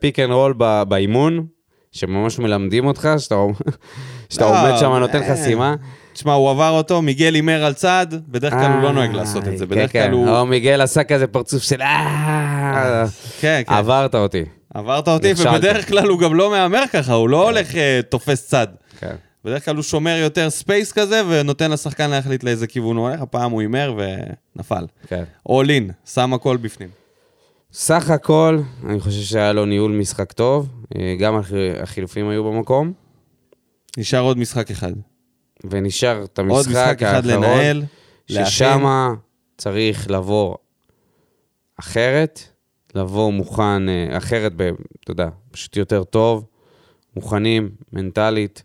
[SPEAKER 2] פיק אנד רול ב... באימון, שממש מלמדים אותך, שאתה, שאתה
[SPEAKER 1] לא,
[SPEAKER 2] עומד שם, נותן
[SPEAKER 1] אה.
[SPEAKER 2] חסימה.
[SPEAKER 1] תשמע, הוא עבר אותו, מיגל הימר על צד, בדרך כלל הוא לא נוהג לעשות את זה,
[SPEAKER 2] אה,
[SPEAKER 1] בדרך
[SPEAKER 2] כן,
[SPEAKER 1] כלל
[SPEAKER 2] כן.
[SPEAKER 1] הוא...
[SPEAKER 2] או מיגל עשה כזה פרצוף של אה...
[SPEAKER 1] כן, כן.
[SPEAKER 2] עברת אותי.
[SPEAKER 1] עברת אותי,
[SPEAKER 2] נכשלת.
[SPEAKER 1] ובדרך כלל הוא גם לא מהמר ככה, הוא לא הולך אה, תופס צד.
[SPEAKER 2] כן.
[SPEAKER 1] בדרך כלל הוא שומר יותר ספייס כזה, ונותן לשחקן להחליט לאיזה כיוון הוא הולך, הפעם הוא הימר ונפל.
[SPEAKER 2] כן.
[SPEAKER 1] אול אין, שם הכל בפנים.
[SPEAKER 2] סך הכל, אני חושב שהיה לו ניהול משחק טוב, אה, גם הח- החילופים היו במקום,
[SPEAKER 1] נשאר עוד משחק אחד.
[SPEAKER 2] ונשאר את המשחק
[SPEAKER 1] עוד משחק אחד
[SPEAKER 2] האחרון,
[SPEAKER 1] לנהל, להכין.
[SPEAKER 2] ששם צריך לבוא אחרת, לבוא מוכן, אה, אחרת, ב- אתה יודע, פשוט יותר טוב, מוכנים, מנטלית,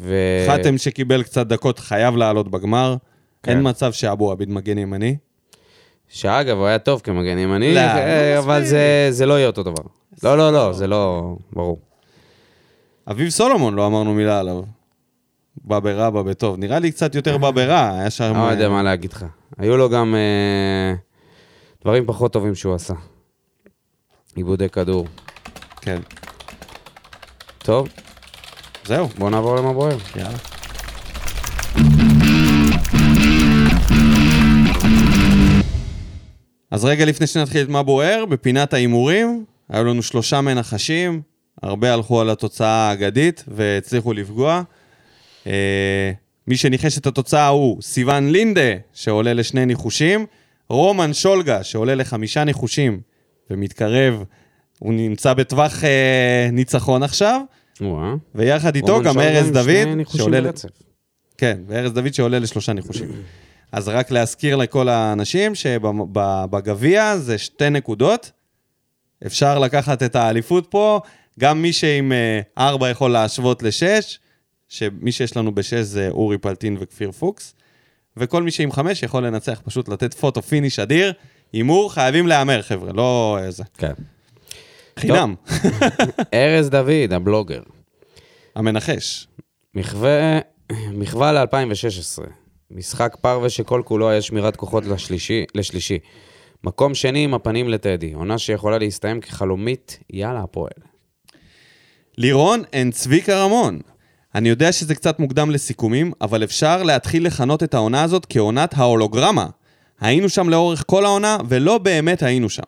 [SPEAKER 2] ו...
[SPEAKER 1] חתם שקיבל קצת דקות חייב לעלות בגמר.
[SPEAKER 2] כן.
[SPEAKER 1] אין מצב שאבו עביד מגן ימני.
[SPEAKER 2] שאגב, הוא היה טוב כמגן ימני,
[SPEAKER 1] לא,
[SPEAKER 2] אה,
[SPEAKER 1] לא
[SPEAKER 2] אבל
[SPEAKER 1] מספיק.
[SPEAKER 2] זה, זה לא יהיה אותו דבר. לא, לא, לא, זה לא... ברור.
[SPEAKER 1] אביב סולומון, לא אמרנו מילה עליו. בא ברע, בא בטוב. נראה לי קצת יותר בא ברע, היה שם...
[SPEAKER 2] אני אה. לא יודע מה להגיד לך. היו לו גם אה, דברים פחות טובים שהוא עשה. עיבודי כדור.
[SPEAKER 1] כן.
[SPEAKER 2] טוב,
[SPEAKER 1] זהו,
[SPEAKER 2] בוא נעבור למה בוער.
[SPEAKER 1] יאללה. אז רגע לפני שנתחיל את מה בוער, בפינת ההימורים, היו לנו שלושה מנחשים, הרבה הלכו על התוצאה האגדית והצליחו לפגוע. אה, מי שניחש את התוצאה הוא סיון לינדה, שעולה לשני ניחושים, רומן שולגה, שעולה לחמישה ניחושים ומתקרב, הוא נמצא בטווח אה, ניצחון עכשיו,
[SPEAKER 2] וואה.
[SPEAKER 1] ויחד איתו
[SPEAKER 2] רומן
[SPEAKER 1] גם
[SPEAKER 2] שולמן
[SPEAKER 1] ארז
[SPEAKER 2] עם שני
[SPEAKER 1] דוד,
[SPEAKER 2] ניחושים
[SPEAKER 1] שעולה... ל-
[SPEAKER 2] ברצף.
[SPEAKER 1] כן, וארז דוד שעולה לשלושה ניחושים. אז רק להזכיר לכל האנשים שבגביע זה שתי נקודות. אפשר לקחת את האליפות פה, גם מי שעם אה, ארבע יכול להשוות לשש, שמי שיש לנו בשש זה אורי פלטין וכפיר פוקס, וכל מי שעם חמש יכול לנצח, פשוט לתת פוטו פיניש אדיר. הימור חייבים להמר, חבר'ה, לא איזה.
[SPEAKER 2] כן.
[SPEAKER 1] חינם,
[SPEAKER 2] ארז דוד, הבלוגר.
[SPEAKER 1] המנחש.
[SPEAKER 2] מחווה, מחווה ל-2016. משחק פרווה שכל כולו היה שמירת כוחות לשלישי, לשלישי. מקום שני עם הפנים לטדי. עונה שיכולה להסתיים כחלומית, יאללה הפועל.
[SPEAKER 1] לירון and צביקה רמון. אני יודע שזה קצת מוקדם לסיכומים, אבל אפשר להתחיל לכנות את העונה הזאת כעונת ההולוגרמה. היינו שם לאורך כל העונה, ולא באמת היינו שם.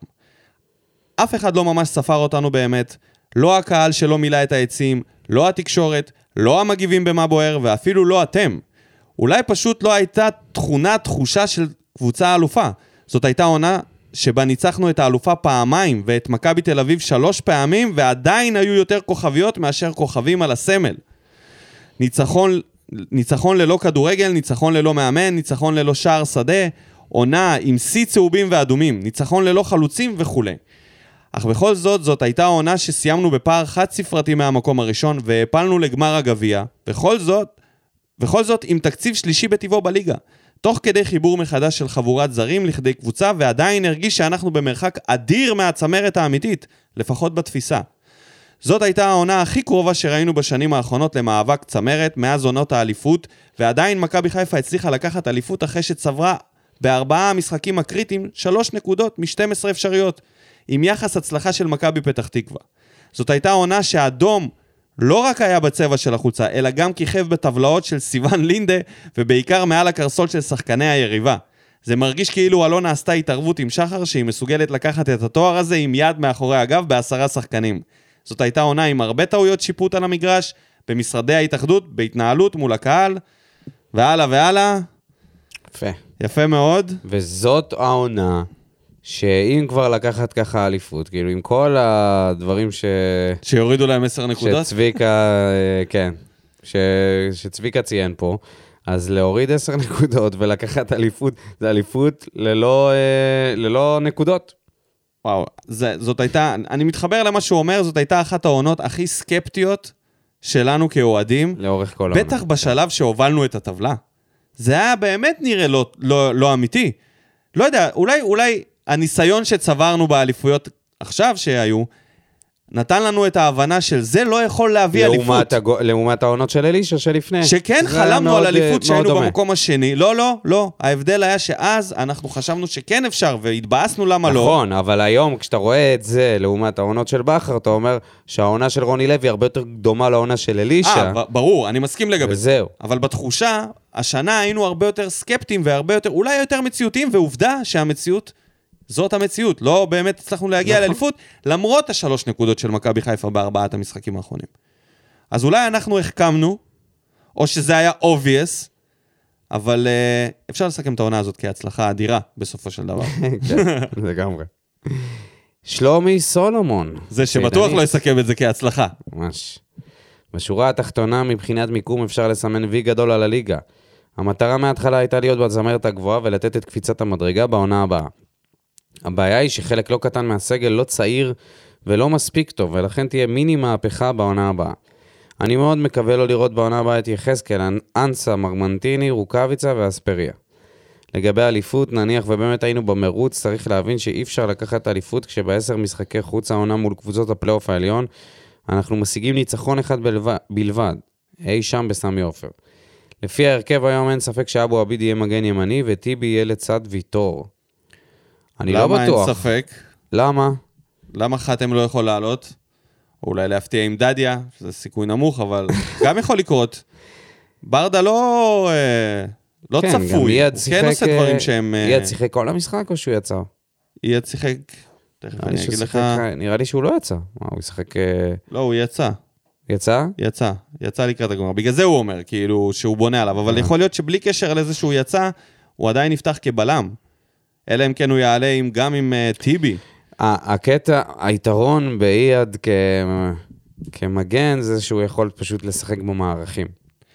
[SPEAKER 1] אף אחד לא ממש ספר אותנו באמת, לא הקהל שלא מילא את העצים, לא התקשורת, לא המגיבים במה בוער, ואפילו לא אתם. אולי פשוט לא הייתה תכונה, תחושה של קבוצה אלופה. זאת הייתה עונה שבה ניצחנו את האלופה פעמיים, ואת מכבי תל אביב שלוש פעמים, ועדיין היו יותר כוכביות מאשר כוכבים על הסמל. ניצחון, ניצחון ללא כדורגל, ניצחון ללא מאמן, ניצחון ללא שער שדה, עונה עם שיא צהובים ואדומים, ניצחון ללא חלוצים וכולי. אך בכל זאת, זאת הייתה העונה שסיימנו בפער חד-ספרתי מהמקום הראשון והעפלנו לגמר הגביע. בכל זאת, וכל זאת עם תקציב שלישי בטבעו בליגה. תוך כדי חיבור מחדש של חבורת זרים לכדי קבוצה, ועדיין הרגיש שאנחנו במרחק אדיר מהצמרת האמיתית, לפחות בתפיסה. זאת הייתה העונה הכי קרובה שראינו בשנים האחרונות למאבק צמרת מאז עונות האליפות, ועדיין מכבי חיפה הצליחה לקחת אליפות אחרי שצברה בארבעה המשחקים הקריטיים שלוש נקודות מ-12 אפשריות, עם יחס הצלחה של מכבי פתח תקווה. זאת הייתה עונה שהאדום לא רק היה בצבע של החולצה, אלא גם כיכב בטבלאות של סיוון לינדה, ובעיקר מעל הקרסול של שחקני היריבה. זה מרגיש כאילו אלונה עשתה התערבות עם שחר שהיא מסוגלת לקחת את התואר הזה עם יד מאחורי הגב בעשרה שחקנים. זאת הייתה עונה עם הרבה טעויות שיפוט על המגרש, במשרדי ההתאחדות, בהתנהלות מול הקהל, והלאה והלאה,
[SPEAKER 2] יפה.
[SPEAKER 1] יפה מאוד.
[SPEAKER 2] וזאת העונה, שאם כבר לקחת ככה אליפות, כאילו עם כל הדברים ש...
[SPEAKER 1] שיורידו להם עשר נקודות.
[SPEAKER 2] שצביקה, אה, כן, ש... שצביקה ציין פה, אז להוריד עשר נקודות ולקחת אליפות, זה אליפות ללא, אה, ללא נקודות.
[SPEAKER 1] וואו, זה, זאת הייתה, אני מתחבר למה שהוא אומר, זאת הייתה אחת העונות הכי סקפטיות שלנו כאוהדים,
[SPEAKER 2] לאורך כל העונה.
[SPEAKER 1] בטח בשלב שהובלנו את הטבלה. זה היה באמת נראה לא, לא, לא אמיתי. לא יודע, אולי, אולי הניסיון שצברנו באליפויות עכשיו שהיו, נתן לנו את ההבנה של זה לא יכול להביא אליפות.
[SPEAKER 2] לעומת, הגו... לעומת העונות של אלישע שלפני.
[SPEAKER 1] שכן
[SPEAKER 2] זה היה
[SPEAKER 1] חלמנו
[SPEAKER 2] מאוד,
[SPEAKER 1] על
[SPEAKER 2] אה, מאוד
[SPEAKER 1] אליפות שהיינו
[SPEAKER 2] דומה.
[SPEAKER 1] במקום השני. לא, לא, לא. ההבדל היה שאז אנחנו חשבנו שכן אפשר, והתבאסנו למה לא.
[SPEAKER 2] נכון, אבל היום כשאתה רואה את זה לעומת העונות של בכר, אתה אומר שהעונה של רוני לוי הרבה יותר דומה לעונה של אלישע,
[SPEAKER 1] אה, ב- ברור, אני מסכים לגבי זה.
[SPEAKER 2] וזהו.
[SPEAKER 1] אבל בתחושה, השנה היינו הרבה יותר סקפטיים והרבה יותר, אולי יותר מציאותיים, ועובדה שהמציאות, זאת המציאות. לא באמת הצלחנו להגיע
[SPEAKER 2] נכון.
[SPEAKER 1] לאליפות, למרות השלוש נקודות של מכבי חיפה בארבעת המשחקים האחרונים. אז אולי אנחנו החכמנו, או שזה היה obvious, אבל uh, אפשר לסכם את העונה הזאת כהצלחה אדירה, בסופו של דבר.
[SPEAKER 2] כן, לגמרי. שלומי סולומון.
[SPEAKER 1] זה שבטוח לא יסכם את זה כהצלחה.
[SPEAKER 2] ממש. בשורה התחתונה, מבחינת מיקום אפשר לסמן וי גדול על הליגה. המטרה מההתחלה הייתה להיות בזמרת הגבוהה ולתת את קפיצת המדרגה בעונה הבאה. הבעיה היא שחלק לא קטן מהסגל לא צעיר ולא מספיק טוב, ולכן תהיה מיני מהפכה בעונה הבאה. אני מאוד מקווה לא לראות בעונה הבאה את יחזקאל, אנ- אנסה, מרמנטיני, רוקאביצה ואספריה. לגבי האליפות, נניח ובאמת היינו במרוץ, צריך להבין שאי אפשר לקחת אליפות כשבעשר משחקי חוץ העונה מול קבוצות הפלייאוף העליון, אנחנו משיגים ניצחון אחד בלבד, בלבד אי שם בסמי עופר. לפי ההרכב היום אין ספק שאבו עביד יהיה מגן ימני וטיבי יהיה לצד ויטור. אני לא
[SPEAKER 1] למה
[SPEAKER 2] בטוח.
[SPEAKER 1] אין ספק?
[SPEAKER 2] למה?
[SPEAKER 1] למה חתם לא יכול לעלות? או אולי להפתיע עם דדיה, שזה סיכוי נמוך, אבל גם יכול לקרות. ברדה לא, אה, לא
[SPEAKER 2] כן, גם
[SPEAKER 1] צפוי,
[SPEAKER 2] ליעד
[SPEAKER 1] הוא
[SPEAKER 2] שיחק...
[SPEAKER 1] כן עושה
[SPEAKER 2] אה,
[SPEAKER 1] דברים שהם... אה,
[SPEAKER 2] ליעד שיחק כל המשחק או שהוא יצא?
[SPEAKER 1] יעד שיחק, תכף
[SPEAKER 2] נראה לי
[SPEAKER 1] אני
[SPEAKER 2] שהוא
[SPEAKER 1] אגיד לך,
[SPEAKER 2] שיחק- נראה לי שהוא לא יצא. מה, הוא ישחק... אה,
[SPEAKER 1] לא, הוא יצא,
[SPEAKER 2] יצא?
[SPEAKER 1] יצא, יצא לקראת הגמר. בגלל זה הוא אומר, כאילו, שהוא בונה עליו, אבל
[SPEAKER 2] אה.
[SPEAKER 1] יכול להיות שבלי קשר לזה שהוא יצא, הוא עדיין נפתח כבלם. אלא אם כן הוא יעלה עם, גם עם אה, טיבי.
[SPEAKER 2] ה- הקטע, היתרון באייד כ... כמגן זה שהוא יכול פשוט לשחק במערכים.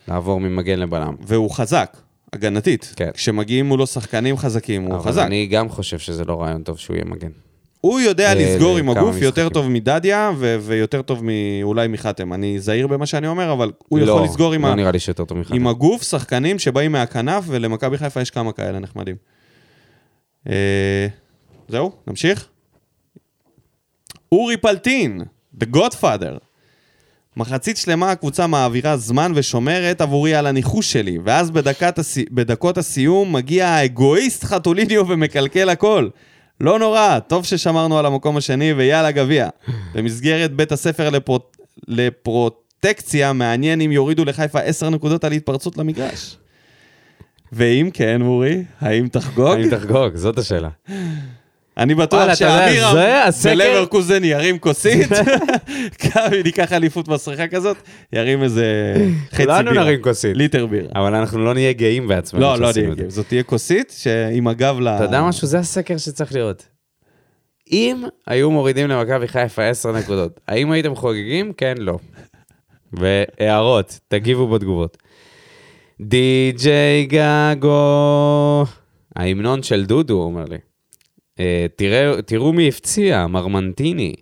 [SPEAKER 2] לעבור ממגן לבלם.
[SPEAKER 1] והוא חזק, הגנתית.
[SPEAKER 2] כן.
[SPEAKER 1] כשמגיעים מולו שחקנים חזקים, הוא
[SPEAKER 2] אבל
[SPEAKER 1] חזק.
[SPEAKER 2] אני גם חושב שזה לא רעיון טוב שהוא יהיה מגן.
[SPEAKER 1] הוא יודע
[SPEAKER 2] אה, ל-
[SPEAKER 1] לסגור עם
[SPEAKER 2] לכמה
[SPEAKER 1] הגוף יותר
[SPEAKER 2] משחקים.
[SPEAKER 1] טוב מדדיה ו- ויותר טוב מ- אולי מחתם. אני זהיר במה שאני אומר, אבל הוא
[SPEAKER 2] לא,
[SPEAKER 1] יכול לסגור עם,
[SPEAKER 2] לא
[SPEAKER 1] ה-
[SPEAKER 2] נראה לי שיותר טוב מחדם.
[SPEAKER 1] עם הגוף שחקנים שבאים מהכנף, ולמכבי חיפה יש כמה כאלה נחמדים. אה, זהו, נמשיך. אורי פלטין, The Godfather. מחצית שלמה הקבוצה מעבירה זמן ושומרת עבורי על הניחוש שלי, ואז בדקת הסי... בדקות הסיום מגיע האגואיסט חתוליניו ומקלקל הכל. לא נורא, טוב ששמרנו על המקום השני, ויאללה גביע. במסגרת בית הספר לפרוט... לפרוטקציה, מעניין אם יורידו לחיפה 10 נקודות על התפרצות למגרש. ואם כן, אורי, האם תחגוג?
[SPEAKER 2] אני תחגוג, זאת השאלה.
[SPEAKER 1] אני
[SPEAKER 2] וואלה,
[SPEAKER 1] בטוח
[SPEAKER 2] אתה יודע,
[SPEAKER 1] שאבירם
[SPEAKER 2] זה הסקר?
[SPEAKER 1] ולברקוזן ירים כוסית, גם אם ניקח אליפות מסריחה כזאת, ירים איזה חצי בירה.
[SPEAKER 2] כולנו נרים כוסית.
[SPEAKER 1] ליטר בירה.
[SPEAKER 2] אבל אנחנו לא נהיה גאים בעצמנו.
[SPEAKER 1] לא, לא
[SPEAKER 2] שעשינו את
[SPEAKER 1] נהיה, זאת תהיה כוסית שעם הגב ל...
[SPEAKER 2] אתה יודע משהו? זה הסקר שצריך להיות. אם היו מורידים למכבי חיפה 10 נקודות, האם הייתם חוגגים? כן, לא. והערות, תגיבו בתגובות. די.ג'יי גגו, ההמנון של דודו, הוא אומר לי. אה, תראה- תראו מי הפציע, מרמנטיני.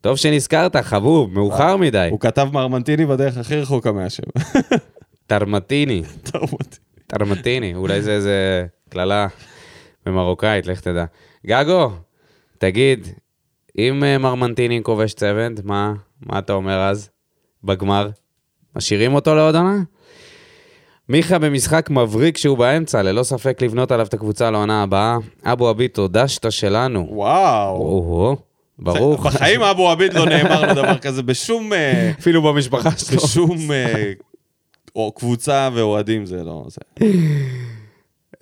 [SPEAKER 2] טוב שנזכרת, חבוב, מאוחר מדי.
[SPEAKER 1] הוא כתב מרמנטיני בדרך הכי רחוקה מהשם.
[SPEAKER 2] טרמטיני.
[SPEAKER 1] טוב, אותי.
[SPEAKER 2] טרמטיני, אולי זה איזה קללה במרוקאית, לך תדע. גגו, תגיד, אם אה, מרמנטיני כובש צוות, מה, מה אתה אומר אז? בגמר? משאירים אותו לעוד עונה? מיכה במשחק מבריק שהוא באמצע, ללא ספק לבנות עליו את הקבוצה לעונה הבאה. אבו עביד, תודה שאתה שלנו.
[SPEAKER 1] וואו.
[SPEAKER 2] או-הו, ברוך.
[SPEAKER 1] בחיים אבו עביד לא נאמר לו דבר כזה בשום... אה,
[SPEAKER 2] אפילו במשפחה שלו.
[SPEAKER 1] בשום... אה, או קבוצה ואוהדים זה לא... זה.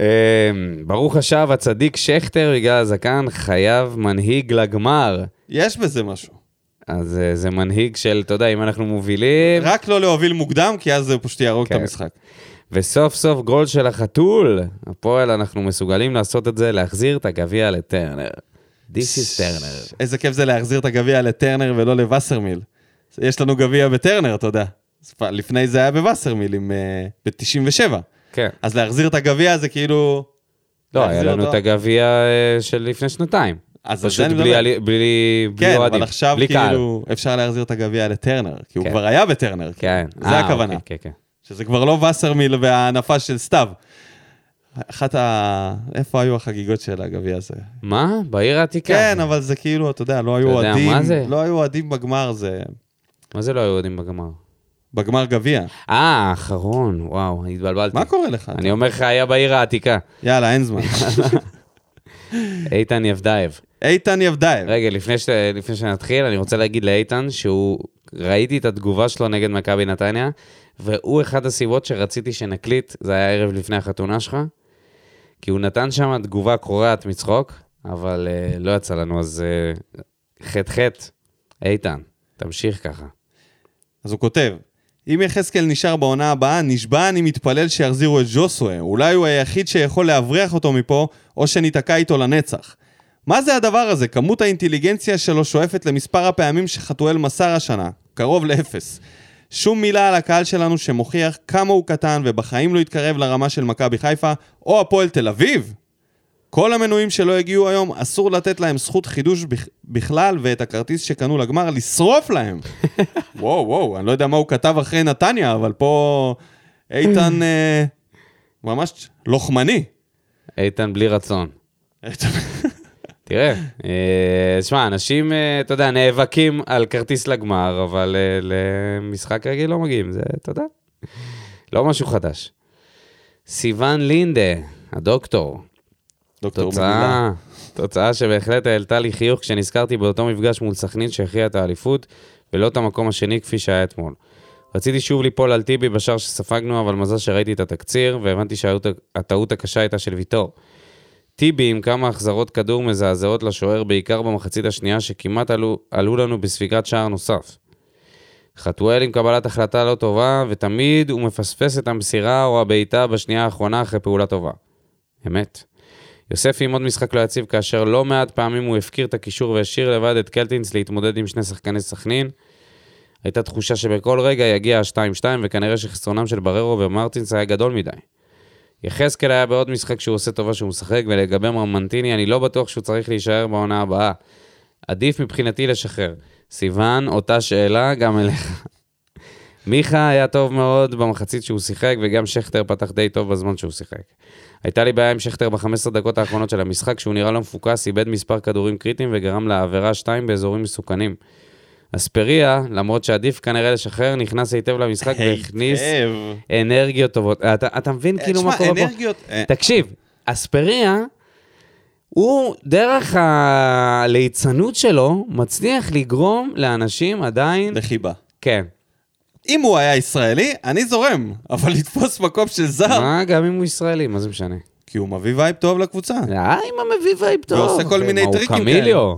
[SPEAKER 2] אה, ברוך השב הצדיק שכטר בגלל הזקן חייב מנהיג לגמר.
[SPEAKER 1] יש בזה משהו.
[SPEAKER 2] אז אה, זה מנהיג של, אתה יודע, אם אנחנו מובילים,
[SPEAKER 1] רק לא להוביל מוקדם, כי אז זה פשוט יהרוג את
[SPEAKER 2] כן.
[SPEAKER 1] המשחק.
[SPEAKER 2] וסוף סוף גול של החתול. הפועל, אנחנו מסוגלים לעשות את זה, להחזיר את הגביע לטרנר. This is טרנר.
[SPEAKER 1] איזה כיף זה להחזיר את הגביע לטרנר ולא לווסרמיל. יש לנו גביע בטרנר, אתה יודע. אז פ- לפני זה היה בווסרמיל, עם, אה, ב-97.
[SPEAKER 2] כן.
[SPEAKER 1] אז להחזיר את הגביע זה כאילו...
[SPEAKER 2] לא, היה
[SPEAKER 1] להחזיר
[SPEAKER 2] לנו
[SPEAKER 1] אותו.
[SPEAKER 2] את הגביע אה, של לפני שנתיים.
[SPEAKER 1] אז על זה
[SPEAKER 2] פשוט
[SPEAKER 1] אני
[SPEAKER 2] בלי
[SPEAKER 1] מדבר.
[SPEAKER 2] עלי- בלי בלי
[SPEAKER 1] כן,
[SPEAKER 2] אוהדים,
[SPEAKER 1] אבל עכשיו
[SPEAKER 2] בלי קהל.
[SPEAKER 1] כאילו אפשר להחזיר את הגביע לטרנר, כי הוא
[SPEAKER 2] כן.
[SPEAKER 1] כבר היה בטרנר.
[SPEAKER 2] כן.
[SPEAKER 1] זה
[SPEAKER 2] אה,
[SPEAKER 1] הכוונה.
[SPEAKER 2] אוקיי, כן, כן.
[SPEAKER 1] שזה כבר לא וסרמיל וההנפה של סתיו. אחת ה... איפה היו החגיגות של הגביע הזה?
[SPEAKER 2] מה? בעיר העתיקה?
[SPEAKER 1] כן, אבל זה כאילו, אתה יודע, לא היו
[SPEAKER 2] כן. אתה יודע,
[SPEAKER 1] אוהדים,
[SPEAKER 2] מה זה?
[SPEAKER 1] לא היו אוהדים בגמר, זה...
[SPEAKER 2] מה זה לא היו אוהדים בגמר?
[SPEAKER 1] בגמר גביע.
[SPEAKER 2] אה, האחרון, וואו, התבלבלתי.
[SPEAKER 1] מה קורה לך?
[SPEAKER 2] אני אומר לך, היה בעיר העתיקה.
[SPEAKER 1] יאללה, אין זמן.
[SPEAKER 2] איתן יבדייב.
[SPEAKER 1] איתן יבדייב.
[SPEAKER 2] כן. רגע, לפני, ש... לפני שנתחיל, אני רוצה להגיד לאיתן שהוא... ראיתי את התגובה שלו נגד מכבי נתניה, והוא אחד הסיבות שרציתי שנקליט, זה היה ערב לפני החתונה שלך, כי הוא נתן שם תגובה קורעת מצחוק, אבל uh, לא יצא לנו, אז אה, חטא חטא. איתן, תמשיך ככה.
[SPEAKER 1] אז הוא כותב, אם יחזקאל נשאר בעונה הבאה, נשבע אני מתפלל שיחזירו את ז'וסווה. אולי הוא היחיד שיכול להבריח אותו מפה, או שניתקע איתו לנצח. מה זה הדבר הזה? כמות האינטליגנציה שלו שואפת למספר הפעמים שחתואל מסר השנה. קרוב לאפס. שום מילה על הקהל שלנו שמוכיח כמה הוא קטן ובחיים לא התקרב לרמה של מכבי חיפה או הפועל תל אביב. כל המנויים שלא הגיעו היום, אסור לתת להם זכות חידוש בכ- בכלל, ואת הכרטיס שקנו לגמר, לשרוף להם. וואו, וואו, אני לא יודע מה הוא כתב אחרי נתניה, אבל פה איתן אה, ממש לוחמני.
[SPEAKER 2] איתן בלי רצון. תראה, אה, שמע, אנשים, אה, אתה יודע, נאבקים על כרטיס לגמר, אבל אה, למשחק רגיל לא מגיעים, זה, אתה יודע, לא משהו חדש. סיוון לינדה, הדוקטור,
[SPEAKER 1] דוקטור מגילה.
[SPEAKER 2] תוצאה, תוצאה שבהחלט העלתה לי חיוך כשנזכרתי באותו מפגש מול סכנין שהכריע את האליפות, ולא את המקום השני כפי שהיה אתמול. רציתי שוב ליפול על טיבי בשער שספגנו, אבל מזל שראיתי את התקציר, והבנתי שהטעות הקשה הייתה של ויטור. טיבי עם כמה החזרות כדור מזעזעות לשוער, בעיקר במחצית השנייה, שכמעט עלו, עלו לנו בספיגת שער נוסף. חתואל עם קבלת החלטה לא טובה, ותמיד הוא מפספס את המסירה או הבעיטה בשנייה האחרונה אחרי פעולה טובה. אמת. יוספי עם עוד משחק לא יציב, כאשר לא מעט פעמים הוא הפקיר את הקישור והשאיר לבד את קלטינס להתמודד עם שני שחקני סכנין. הייתה תחושה שבכל רגע יגיע ה-2-2, וכנראה שחסרונם של בררו ומרטינס היה גדול מדי. יחזקאל היה בעוד משחק שהוא עושה טובה שהוא משחק, ולגבי מרמנטיני אני לא בטוח שהוא צריך להישאר בעונה הבאה. עדיף מבחינתי לשחרר. סיוון, אותה שאלה, גם אליך. מיכה היה טוב מאוד במחצית שהוא שיחק, וגם שכטר פתח די טוב בזמן שהוא שיחק. הייתה לי בעיה עם שכטר ב-15 דקות האחרונות של המשחק, שהוא נראה לא מפוקס, איבד מספר כדורים קריטיים וגרם לעבירה 2 באזורים מסוכנים. אספריה, למרות שעדיף כנראה לשחרר, נכנס היטב למשחק והכניס
[SPEAKER 1] היטב.
[SPEAKER 2] אנרגיות טובות. אתה, אתה מבין כאילו מה
[SPEAKER 1] תשמע,
[SPEAKER 2] קורה פה?
[SPEAKER 1] אנרגיות... אה,
[SPEAKER 2] תקשיב, אספריה, הוא דרך הליצנות שלו, מצליח לגרום לאנשים עדיין...
[SPEAKER 1] לחיבה.
[SPEAKER 2] כן.
[SPEAKER 1] אם הוא היה ישראלי, אני זורם, אבל לתפוס מקום של זר,
[SPEAKER 2] מה, גם אם הוא ישראלי, מה זה משנה?
[SPEAKER 1] כי הוא מביא וייב טוב לקבוצה.
[SPEAKER 2] אה, עם המביא וייב טוב. כן,
[SPEAKER 1] ועושה כל מיני
[SPEAKER 2] מה,
[SPEAKER 1] טריקים
[SPEAKER 2] הוא קמיליו.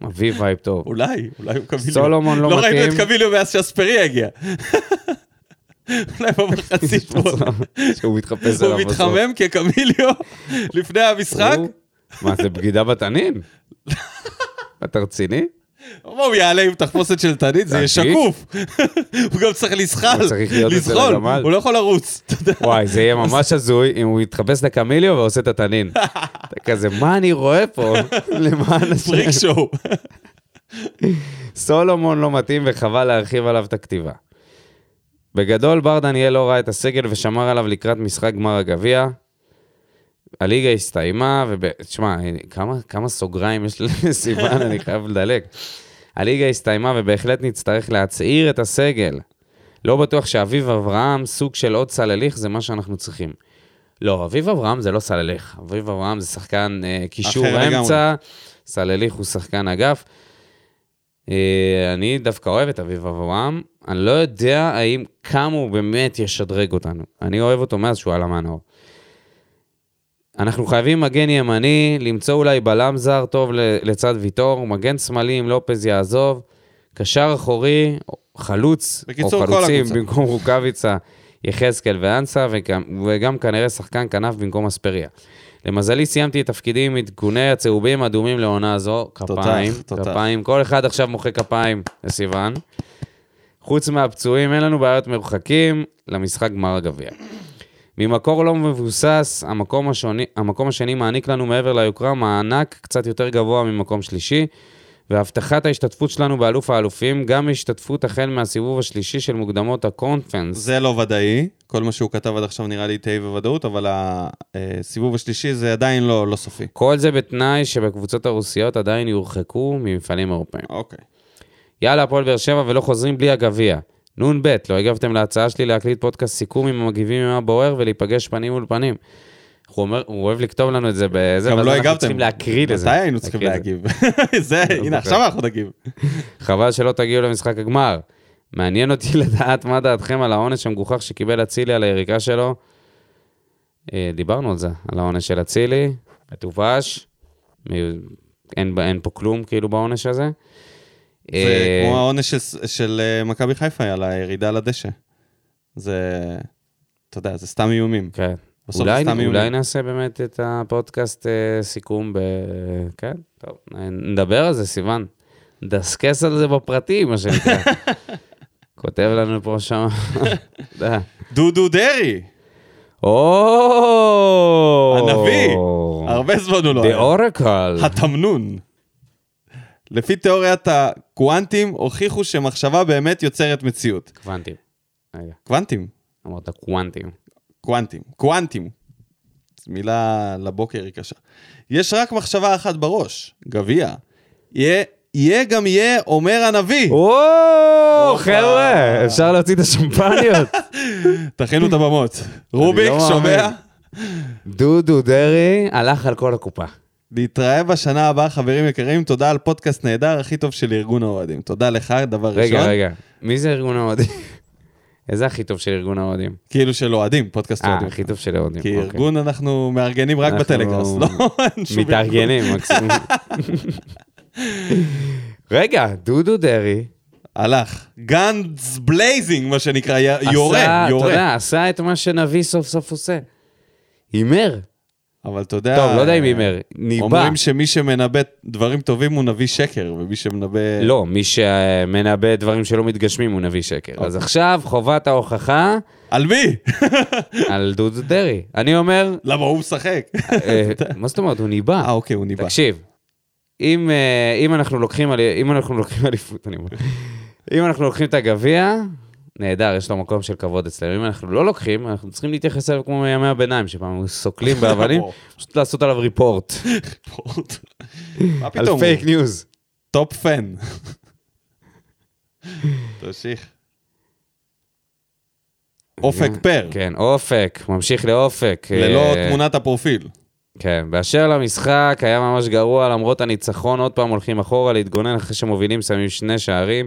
[SPEAKER 2] מביא וייב טוב.
[SPEAKER 1] אולי, אולי הוא קביליו.
[SPEAKER 2] סולומון לא
[SPEAKER 1] לא ראינו
[SPEAKER 2] מתאים.
[SPEAKER 1] את קביליו מאז שאספריה הגיע. אולי במחצית פה.
[SPEAKER 2] שהוא מתחפש עליו.
[SPEAKER 1] הוא
[SPEAKER 2] בסוף.
[SPEAKER 1] מתחמם כקמיליו לפני המשחק.
[SPEAKER 2] הוא- מה, זה בגידה בתנין? אתה רציני?
[SPEAKER 1] הוא אמר, הוא יעלה עם תחפושת של תנית, זה יהיה
[SPEAKER 2] תגיד.
[SPEAKER 1] שקוף. הוא גם צריך לזחל,
[SPEAKER 2] הוא צריך להיות אצל
[SPEAKER 1] לזחול,
[SPEAKER 2] הגמל.
[SPEAKER 1] הוא לא יכול לרוץ. אתה יודע.
[SPEAKER 2] וואי, זה יהיה ממש הזוי אם הוא יתחפש לקמיליו ועושה את התנין. אתה כזה, מה אני רואה פה? למען
[SPEAKER 1] פריק
[SPEAKER 2] השם.
[SPEAKER 1] שואו.
[SPEAKER 2] סולומון לא מתאים וחבל להרחיב עליו את הכתיבה. בגדול, בר דניאל לא ראה את הסגל ושמר עליו לקראת משחק גמר הגביע. הליגה הסתיימה, ותשמע, כמה, כמה סוגריים יש לסיוון, אני חייב לדלג. הליגה הסתיימה ובהחלט נצטרך להצעיר את הסגל. לא בטוח שאביב אברהם, סוג של עוד סלליך, זה מה שאנחנו צריכים. לא, אביב אברהם זה לא סלליך. אביב אברהם זה שחקן אה, קישור
[SPEAKER 1] אחר לגמרי.
[SPEAKER 2] אמצע, סלליך הוא שחקן אגף. אה, אני דווקא אוהב את אביב אברהם, אני לא יודע האם כמה הוא באמת ישדרג אותנו. אני אוהב אותו מאז שהוא עלה מהנאור. אנחנו חייבים מגן ימני, למצוא אולי בלם זר טוב ל- לצד ויטור, מגן שמאלי אם לופז יעזוב, קשר אחורי, חלוץ,
[SPEAKER 1] בקיצור, כל
[SPEAKER 2] או חלוצים
[SPEAKER 1] הקבוצה.
[SPEAKER 2] במקום רוקאביצה, יחזקאל ואנסה, וגם, וגם כנראה שחקן כנף במקום אספריה. למזלי סיימתי את תפקידי עם עדכוני הצהובים האדומים לעונה זו, כפיים,
[SPEAKER 1] תותח.
[SPEAKER 2] כפיים, כל אחד עכשיו מוחא כפיים לסיוון. חוץ מהפצועים, אין לנו בעיות מרוחקים למשחק גמר הגביע. ממקור לא מבוסס, המקום, השוני, המקום השני מעניק לנו מעבר ליוקרה מענק קצת יותר גבוה ממקום שלישי, והבטחת ההשתתפות שלנו באלוף האלופים, גם השתתפות החל מהסיבוב השלישי של מוקדמות הקונפרנס.
[SPEAKER 1] זה לא ודאי, כל מה שהוא כתב עד עכשיו נראה לי די בוודאות, אבל הסיבוב השלישי זה עדיין לא, לא סופי.
[SPEAKER 2] כל זה בתנאי שבקבוצות הרוסיות עדיין יורחקו ממפעלים אירופאים.
[SPEAKER 1] אוקיי.
[SPEAKER 2] יאללה, הפועל באר שבע, ולא חוזרים בלי הגביע. נ"ב, לא הגבתם להצעה שלי להקליט פודקאסט סיכום עם המגיבים עם הבוער ולהיפגש פנים מול פנים. הוא אומר, הוא אוהב לכתוב לנו את זה באיזה...
[SPEAKER 1] גם
[SPEAKER 2] ואז
[SPEAKER 1] לא
[SPEAKER 2] אנחנו
[SPEAKER 1] הגבתם.
[SPEAKER 2] צריכים להקריא לזה.
[SPEAKER 1] מתי היינו צריכים
[SPEAKER 2] להקריא לא את זה.
[SPEAKER 1] להגיב? זה, הנה, עכשיו אנחנו נגיב.
[SPEAKER 2] חבל שלא תגיעו למשחק הגמר. מעניין אותי לדעת מה דעתכם על העונש המגוחך שקיבל אצילי על היריקה שלו. אה, דיברנו על זה, על העונש של אצילי, מטופש, מי- אין, אין פה כלום כאילו בעונש הזה.
[SPEAKER 1] זה
[SPEAKER 2] אה,
[SPEAKER 1] כמו העונש של- של אה, מכבי חיפה על הירידה לדשא. זה, אתה יודע, זה סתם איומים.
[SPEAKER 2] כן.
[SPEAKER 1] בסוף זה
[SPEAKER 2] אולי,
[SPEAKER 1] סתם איומים.
[SPEAKER 2] אולי נעשה באמת את הפודקאסט אה, סיכום ב... כן, טוב, נ- נדבר על זה, סיוון. דסקס על זה בפרטים, מה שנקרא. כותב לנו פה שם. אתה יודע.
[SPEAKER 1] דודו דרעי,
[SPEAKER 2] או!
[SPEAKER 1] הנביא, הרבה זמן הוא לא
[SPEAKER 2] The
[SPEAKER 1] היה.
[SPEAKER 2] Oracle.
[SPEAKER 1] התמנון. לפי תיאוריית הקוונטים, הוכיחו שמחשבה באמת יוצרת מציאות.
[SPEAKER 2] קוונטים. רגע,
[SPEAKER 1] קוונטים,
[SPEAKER 2] אמרת קוונטים.
[SPEAKER 1] קוונטים, קוונטים. מילה לבוקר היא קשה. יש רק מחשבה אחת בראש, גביע. יהיה, יהיה גם יהיה, אומר הנביא.
[SPEAKER 2] וואו, חבר'ה, אפשר להוציא את השמפניות.
[SPEAKER 1] תכינו את הבמות. רוביק,
[SPEAKER 2] לא
[SPEAKER 1] שומע?
[SPEAKER 2] מאמין. דודו דרעי הלך על כל הקופה.
[SPEAKER 1] להתראה בשנה הבאה, חברים יקרים, תודה על פודקאסט נהדר, הכי טוב של ארגון האוהדים. תודה לך, דבר ראשון.
[SPEAKER 2] רגע, רגע, מי זה ארגון האוהדים? איזה הכי טוב של ארגון האוהדים?
[SPEAKER 1] כאילו של אוהדים, פודקאסט
[SPEAKER 2] אה,
[SPEAKER 1] אוהדים.
[SPEAKER 2] הכי טוב של האוהדים.
[SPEAKER 1] כי
[SPEAKER 2] אוקיי.
[SPEAKER 1] ארגון אנחנו מארגנים רק
[SPEAKER 2] אנחנו
[SPEAKER 1] בטלגראס, לא? אין שום ארגון.
[SPEAKER 2] מתארגנים, מקסימום. רגע, דודו דרעי
[SPEAKER 1] הלך. גאנדס בלייזינג, מה שנקרא, י-
[SPEAKER 2] עשה,
[SPEAKER 1] יורה,
[SPEAKER 2] אתה
[SPEAKER 1] יורה.
[SPEAKER 2] יודע, עשה את מה שנביא סוף סוף עושה. הימר.
[SPEAKER 1] אבל אתה יודע...
[SPEAKER 2] טוב, לא יודע אם
[SPEAKER 1] אה,
[SPEAKER 2] הימר, ניבא.
[SPEAKER 1] אומרים שמי שמנבא דברים טובים הוא נביא שקר, ומי שמנבא...
[SPEAKER 2] לא, מי שמנבא דברים שלא מתגשמים הוא נביא שקר.
[SPEAKER 1] אוקיי.
[SPEAKER 2] אז עכשיו חובת ההוכחה
[SPEAKER 1] על מי?
[SPEAKER 2] על דודו דרעי. אני אומר,
[SPEAKER 1] למה הוא משחק?
[SPEAKER 2] אה, מה זאת אומרת, הוא ניבא.
[SPEAKER 1] אה, אוקיי, הוא ניבא.
[SPEAKER 2] תקשיב, אם, אה, אם אנחנו לוקחים אלי- אם אנחנו לוקחים אליפות, אני אומר, אם אנחנו לוקחים את הגביע, נהדר, יש לו מקום של כבוד אצלנו. אם אנחנו לא לוקחים, אנחנו צריכים להתייחס אליו כמו מימי הביניים, שפעם היו סוקלים באבנים,
[SPEAKER 1] אוקיי.
[SPEAKER 2] פשוט לעשות עליו ריפורט,
[SPEAKER 1] פורט. מה
[SPEAKER 2] על
[SPEAKER 1] פתאום?
[SPEAKER 2] פייק ניוז.
[SPEAKER 1] טופ פן. תמשיך. אופק פר,
[SPEAKER 2] כן, אופק, ממשיך לאופק.
[SPEAKER 1] ללא
[SPEAKER 2] אה,
[SPEAKER 1] תמונת הפרופיל.
[SPEAKER 2] כן, באשר למשחק, היה ממש גרוע, למרות הניצחון, עוד פעם הולכים אחורה להתגונן אחרי שמובילים, שמים שני שערים,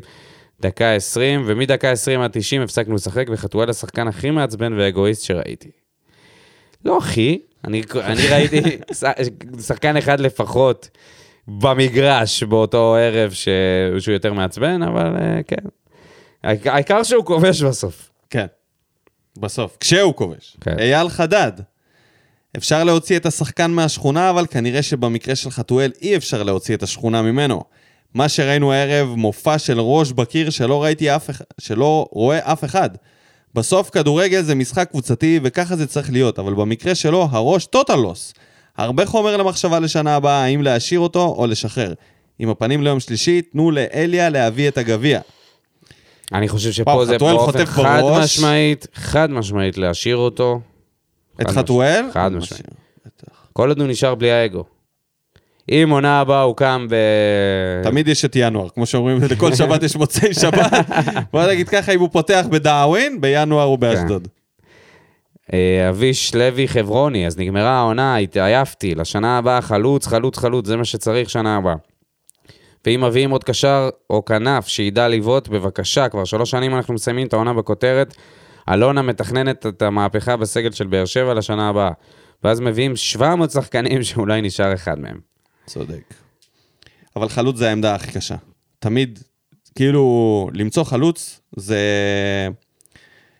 [SPEAKER 2] דקה 20, ומדקה 20 עד 90 הפסקנו לשחק, וחתואל השחקן הכי מעצבן ואגואיסט שראיתי. לא הכי, אני, אני ראיתי ש- שחקן אחד לפחות במגרש באותו ערב ש... שהוא יותר מעצבן, אבל אה, כן. העיקר- העיקר שהוא כובש בסוף.
[SPEAKER 1] כן. בסוף, כשהוא כובש.
[SPEAKER 2] כן.
[SPEAKER 1] אייל חדד. אפשר להוציא את השחקן מהשכונה, אבל כנראה שבמקרה של חתואל אי אפשר להוציא את השכונה ממנו. מה שראינו הערב, מופע של ראש בקיר שלא ראיתי אף אחד, שלא רואה אף אחד. בסוף כדורגל זה משחק קבוצתי וככה זה צריך להיות, אבל במקרה שלו הראש טוטל לוס. הרבה חומר למחשבה לשנה הבאה, האם להשאיר אותו או לשחרר. עם הפנים ליום שלישי, תנו לאליה להביא את הגביע.
[SPEAKER 2] אני חושב שפה
[SPEAKER 1] וואו,
[SPEAKER 2] זה
[SPEAKER 1] חתואל
[SPEAKER 2] באופן
[SPEAKER 1] חוטף
[SPEAKER 2] חד
[SPEAKER 1] בראש.
[SPEAKER 2] משמעית, חד משמעית להשאיר אותו.
[SPEAKER 1] את
[SPEAKER 2] משמעית.
[SPEAKER 1] חתואל?
[SPEAKER 2] חד משמעית. כל עוד הוא נשאר בלי האגו. אם עונה הבאה הוא קם ב...
[SPEAKER 1] תמיד יש את ינואר, כמו שאומרים, לכל שבת יש מוצאי שבת. בוא נגיד ככה, אם הוא פותח בדאווין, בינואר הוא באשדוד.
[SPEAKER 2] אה, אביש לוי חברוני, אז נגמרה העונה, התעייפתי, לשנה הבאה חלוץ, חלוץ, חלוץ, זה מה שצריך שנה הבאה. ואם מביאים עוד קשר או כנף שידע לבעוט, בבקשה, כבר שלוש שנים אנחנו מסיימים את העונה בכותרת. אלונה מתכננת את המהפכה בסגל של באר שבע לשנה הבאה. ואז מביאים 700 שחקנים שאולי נשאר אחד מהם.
[SPEAKER 1] צודק. אבל חלוץ זה העמדה הכי קשה. תמיד, כאילו, למצוא חלוץ זה...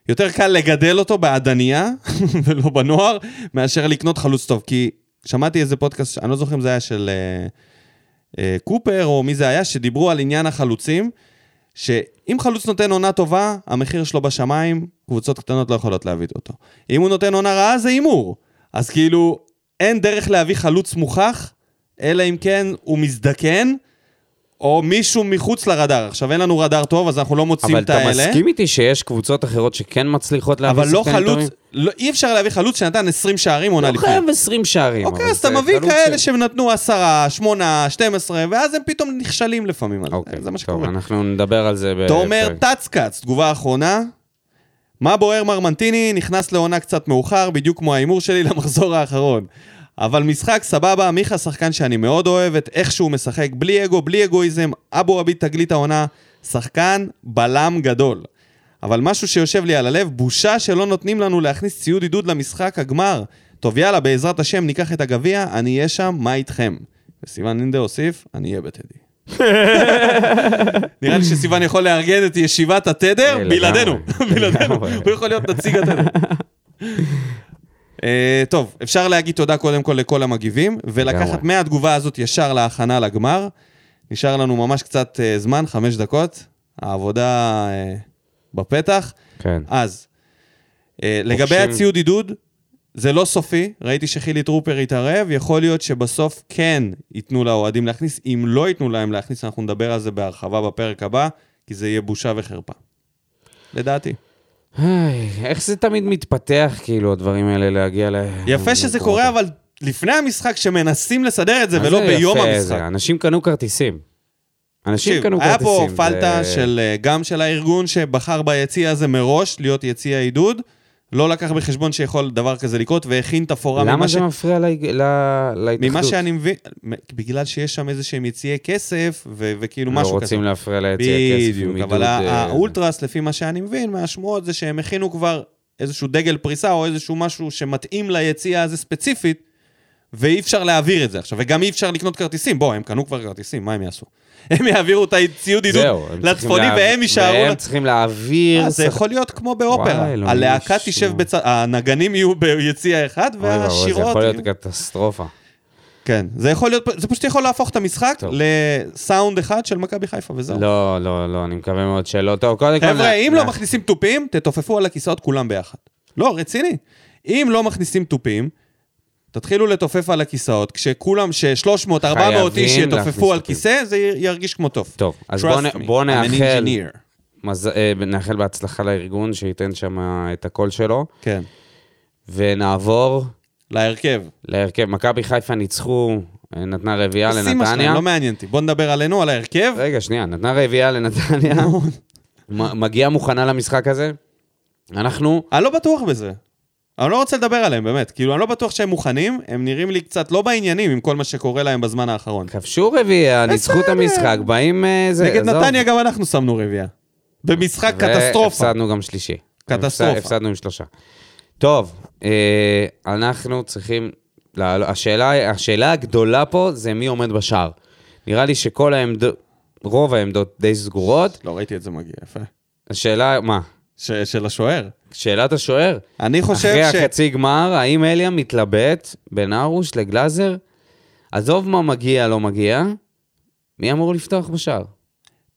[SPEAKER 1] יותר קל לגדל אותו בעדניה ולא בנוער, מאשר לקנות חלוץ טוב. כי שמעתי איזה פודקאסט, אני לא זוכר אם זה היה של אה, אה, קופר או מי זה היה, שדיברו על עניין החלוצים, שאם חלוץ נותן עונה טובה, המחיר שלו בשמיים, קבוצות קטנות לא יכולות להביא אותו. אם הוא נותן עונה רעה, זה הימור. אז כאילו, אין דרך להביא חלוץ מוכח, אלא אם כן הוא מזדקן, או מישהו מחוץ לרדאר. עכשיו, אין לנו רדאר טוב, אז אנחנו לא מוצאים
[SPEAKER 2] אבל
[SPEAKER 1] את האלה.
[SPEAKER 2] אתה מסכים איתי שיש קבוצות אחרות שכן מצליחות להביא
[SPEAKER 1] אבל לא
[SPEAKER 2] שחקנים טובים?
[SPEAKER 1] חלוץ, לא, אי אפשר להביא חלוץ שנתן 20 שערים עונה
[SPEAKER 2] לא
[SPEAKER 1] לפני.
[SPEAKER 2] חייב 20 שערים.
[SPEAKER 1] אוקיי,
[SPEAKER 2] אבל
[SPEAKER 1] אז אתה
[SPEAKER 2] זה
[SPEAKER 1] מביא
[SPEAKER 2] חלוץ
[SPEAKER 1] כאלה
[SPEAKER 2] ש-
[SPEAKER 1] שנתנו 10, 8, 12, ואז הם פתאום נכשלים לפעמים. על זה.
[SPEAKER 2] אוקיי,
[SPEAKER 1] זה מה
[SPEAKER 2] טוב,
[SPEAKER 1] שקורה.
[SPEAKER 2] אנחנו נדבר על זה בפרק.
[SPEAKER 1] תומר טצקץ, תגובה אחרונה. מה בוער מרמנטיני? נכנס לעונה קצת מאוחר, בדיוק כמו ההימור שלי למחזור האחרון. אבל משחק סבבה, מיכה שחקן שאני מאוד אוהב את איך שהוא משחק, בלי אגו, בלי אגואיזם, אבו עביד תגלית העונה, שחקן בלם גדול. אבל משהו שיושב לי על הלב, בושה שלא נותנים לנו להכניס ציוד עידוד למשחק הגמר. טוב יאללה, בעזרת השם ניקח את הגביע, אני אהיה שם, מה איתכם? וסיון לינדה הוסיף, אני אהיה בטדי. נראה לי שסיון יכול לארגן את ישיבת התדר
[SPEAKER 2] אה, לגמרי.
[SPEAKER 1] בלעדינו. בלעדינו,
[SPEAKER 2] לגמרי.
[SPEAKER 1] הוא יכול להיות נציג התדר. אה, טוב, אפשר להגיד תודה קודם כל לכל המגיבים, ולקחת
[SPEAKER 2] לגמרי.
[SPEAKER 1] מהתגובה הזאת ישר להכנה לגמר. נשאר לנו ממש קצת אה, זמן, חמש דקות. העבודה אה, בפתח.
[SPEAKER 2] כן.
[SPEAKER 1] אז, אה, לגבי הציוד עידוד, זה לא סופי, ראיתי שחילי טרופר התערב, יכול להיות שבסוף כן ייתנו לאוהדים להכניס, אם לא ייתנו להם להכניס, אנחנו נדבר על זה בהרחבה בפרק הבא, כי זה יהיה בושה וחרפה. לדעתי.
[SPEAKER 2] היי, איך זה תמיד מתפתח, כאילו, הדברים האלה, להגיע ל...
[SPEAKER 1] יפה שזה קורה, אבל לפני המשחק, שמנסים לסדר את זה,
[SPEAKER 2] מה
[SPEAKER 1] ולא
[SPEAKER 2] זה
[SPEAKER 1] ביום
[SPEAKER 2] יפה
[SPEAKER 1] המשחק.
[SPEAKER 2] זה? אנשים קנו כרטיסים. אנשים
[SPEAKER 1] תקשיב,
[SPEAKER 2] קנו
[SPEAKER 1] היה
[SPEAKER 2] כרטיסים.
[SPEAKER 1] פה
[SPEAKER 2] זה-
[SPEAKER 1] פלטה של, אה, גם של הארגון שבחר ביציע הזה מראש להיות יציע עידוד, לא לקח בחשבון שיכול דבר כזה לקרות, והכין תפאורה
[SPEAKER 2] למה
[SPEAKER 1] ממה ש...
[SPEAKER 2] זה מפריע לה- לה- להתאחדות?
[SPEAKER 1] ממה שאני מבין, בגלל שיש שם איזה שהם יציעי כסף, ו- וכאילו
[SPEAKER 2] לא
[SPEAKER 1] משהו כזה.
[SPEAKER 2] רוצים להפריע ליציע כסף.
[SPEAKER 1] בדיוק,
[SPEAKER 2] עם
[SPEAKER 1] אבל
[SPEAKER 2] עידוד,
[SPEAKER 1] ה-
[SPEAKER 2] אה,
[SPEAKER 1] האולטרס, לפי מה שאני מבין, מהשמועות זה שהם הכינו כבר איזשהו דגל פריסה או איזשהו משהו שמתאים ליציאה הזה ספציפית, ואי אפשר להעביר את זה עכשיו, וגם אי אפשר לקנות כרטיסים. בוא, הם קנו כבר כרטיסים, מה הם יעשו? הם יעבירו את הציוד עידוד
[SPEAKER 2] זהו, הם צריכים
[SPEAKER 1] לצפוני
[SPEAKER 2] להעב-
[SPEAKER 1] והם יישארו...
[SPEAKER 2] והם צריכים להעביר...
[SPEAKER 1] אה, זה
[SPEAKER 2] שחק-
[SPEAKER 1] יכול להיות כמו באופרה,
[SPEAKER 2] וואי, אלוהים,
[SPEAKER 1] הלהקה
[SPEAKER 2] ש-
[SPEAKER 1] תשב בצד, הנגנים יהיו ביציע אחד
[SPEAKER 2] אוי ואבוי,
[SPEAKER 1] והשירות... כאילו.
[SPEAKER 2] זה יכול
[SPEAKER 1] יהיו-
[SPEAKER 2] להיות קטסטרופה.
[SPEAKER 1] כן, זה יכול להיות, זה פשוט יכול להפוך את המשחק
[SPEAKER 2] טוב.
[SPEAKER 1] לסאונד אחד של מכבי חיפה וזהו.
[SPEAKER 2] לא, אה. לא, לא, אני מקווה מאוד שלא. טוב, קודם כל...
[SPEAKER 1] חבר'ה,
[SPEAKER 2] נ-
[SPEAKER 1] אם
[SPEAKER 2] נ-
[SPEAKER 1] לא מכניסים תופים, תתופפו על הכיסאות כולם ביחד. לא, רציני. אם לא מכניסים תופים, תתחילו לתופף על הכיסאות, כשכולם, ש-300, 400 איש
[SPEAKER 2] חייבים
[SPEAKER 1] יתופפו
[SPEAKER 2] להכניס
[SPEAKER 1] על
[SPEAKER 2] תופים.
[SPEAKER 1] כיסא, זה י- ירגיש כמו תוף.
[SPEAKER 2] טוב, אז
[SPEAKER 1] Trust
[SPEAKER 2] בוא נ-
[SPEAKER 1] me,
[SPEAKER 2] בוא
[SPEAKER 1] I'm an
[SPEAKER 2] נאחל.
[SPEAKER 1] engineer.
[SPEAKER 2] מז... אה, נאחל בהצלחה לארגון, שייתן שם את הקול שלו.
[SPEAKER 1] כן,
[SPEAKER 2] ונעבור
[SPEAKER 1] להרכב.
[SPEAKER 2] להרכב. מכבי חיפה ניצחו, אה, נתנה רביעייה
[SPEAKER 1] שים שלהם,
[SPEAKER 2] לנתניה.
[SPEAKER 1] לא מעניין אותי. בוא נדבר עלינו, על ההרכב.
[SPEAKER 2] רגע, שנייה, נתנה רביעייה לנתניה. מ- מגיעה מוכנה למשחק הזה. אנחנו...
[SPEAKER 1] אני לא בטוח בזה. אני לא רוצה לדבר עליהם, באמת. כאילו, אני לא בטוח שהם מוכנים, הם נראים לי קצת לא בעניינים עם כל מה שקורה להם בזמן האחרון.
[SPEAKER 2] כבשו רביעייה, ניצחו את המשחק, באים... אה, זה,
[SPEAKER 1] נגד
[SPEAKER 2] עזוב.
[SPEAKER 1] נתניה גם אנחנו שמנו רביעייה. במשחק קטסטרופה.
[SPEAKER 2] והפסדנו גם שלישי.
[SPEAKER 1] קטסטרופה.
[SPEAKER 2] הפס- הפסדנו עם שלושה. טוב, אה, אנחנו צריכים... לה- השאלה, השאלה הגדולה פה זה מי עומד בשער. נראה לי שכל העמדות, רוב העמדות די סגורות.
[SPEAKER 1] לא ראיתי את זה מגיע, יפה.
[SPEAKER 2] השאלה, מה?
[SPEAKER 1] ש- של השוער.
[SPEAKER 2] שאלת השוער?
[SPEAKER 1] אני
[SPEAKER 2] אחרי
[SPEAKER 1] חושב ש...
[SPEAKER 2] החצי גמר, האם אליה מתלבט בין ארוש לגלאזר? עזוב מה מגיע, לא מגיע, מי אמור לפתוח בשער?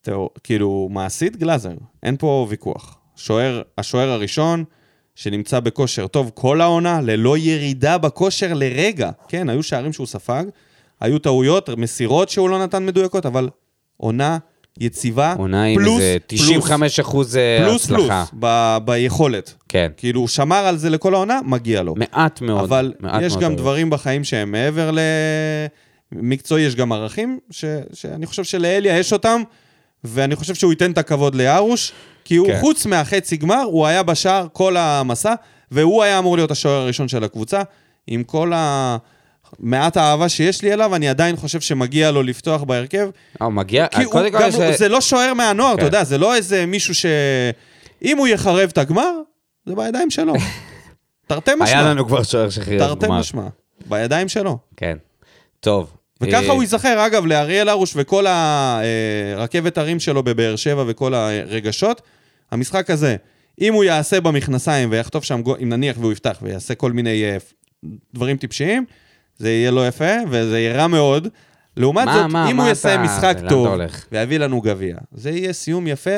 [SPEAKER 1] תראו, כאילו, מעשית גלאזר, אין פה ויכוח. שוער, השוער הראשון שנמצא בכושר טוב כל העונה, ללא ירידה בכושר לרגע. כן, היו שערים שהוא ספג, היו טעויות, מסירות שהוא לא נתן מדויקות, אבל עונה יציבה,
[SPEAKER 2] עונה עם
[SPEAKER 1] פלוס,
[SPEAKER 2] איזה 95 אחוז אה,
[SPEAKER 1] פלוס, פלוס,
[SPEAKER 2] הצלחה.
[SPEAKER 1] פלוס, ב- ביכולת.
[SPEAKER 2] כן.
[SPEAKER 1] כאילו, הוא שמר על זה לכל העונה, מגיע לו.
[SPEAKER 2] מעט מאוד.
[SPEAKER 1] אבל
[SPEAKER 2] מעט
[SPEAKER 1] יש
[SPEAKER 2] מאוד
[SPEAKER 1] גם
[SPEAKER 2] אבל.
[SPEAKER 1] דברים בחיים שהם מעבר למקצועי, יש גם ערכים, ש... שאני חושב שלאליה יש אותם, ואני חושב שהוא ייתן את הכבוד לארוש, כי הוא
[SPEAKER 2] כן.
[SPEAKER 1] חוץ מהחצי גמר, הוא היה בשער כל המסע, והוא היה אמור להיות השוער הראשון של הקבוצה. עם כל ה... מעט האהבה שיש לי אליו, אני עדיין חושב שמגיע לו לפתוח בהרכב.
[SPEAKER 2] אה, מגיע,
[SPEAKER 1] כי הוא
[SPEAKER 2] קודם כל
[SPEAKER 1] גם,
[SPEAKER 2] יש- אה,
[SPEAKER 1] הוא- זה לא שוער מהנוער, אתה
[SPEAKER 2] כן.
[SPEAKER 1] יודע, זה לא איזה מישהו ש... אם הוא יחרב את הגמר, זה בידיים שלו. תרתי
[SPEAKER 2] היה
[SPEAKER 1] משמע.
[SPEAKER 2] לנו כבר שוער שחרר
[SPEAKER 1] תרתי
[SPEAKER 2] גמר.
[SPEAKER 1] משמע. בידיים שלו.
[SPEAKER 2] כן. טוב.
[SPEAKER 1] וככה
[SPEAKER 2] אה,
[SPEAKER 1] הוא ייזכר, אגב, לאריאל הרוש וכל הרכבת הרים שלו בבאר שבע וכל הרגשות. המשחק הזה, אם הוא יעשה במכנסיים ויחטוף שם, גו- אם נניח והוא יפתח ויעשה כל מיני אה, דברים טיפשיים, זה יהיה לא יפה וזה יהיה רע מאוד. לעומת
[SPEAKER 2] מה-
[SPEAKER 1] זאת,
[SPEAKER 2] מה-
[SPEAKER 1] אם
[SPEAKER 2] מה
[SPEAKER 1] הוא
[SPEAKER 2] אתה-
[SPEAKER 1] יעשה משחק
[SPEAKER 2] לאן אתה
[SPEAKER 1] טוב
[SPEAKER 2] הולך?
[SPEAKER 1] ויביא לנו גביע, זה יהיה סיום יפה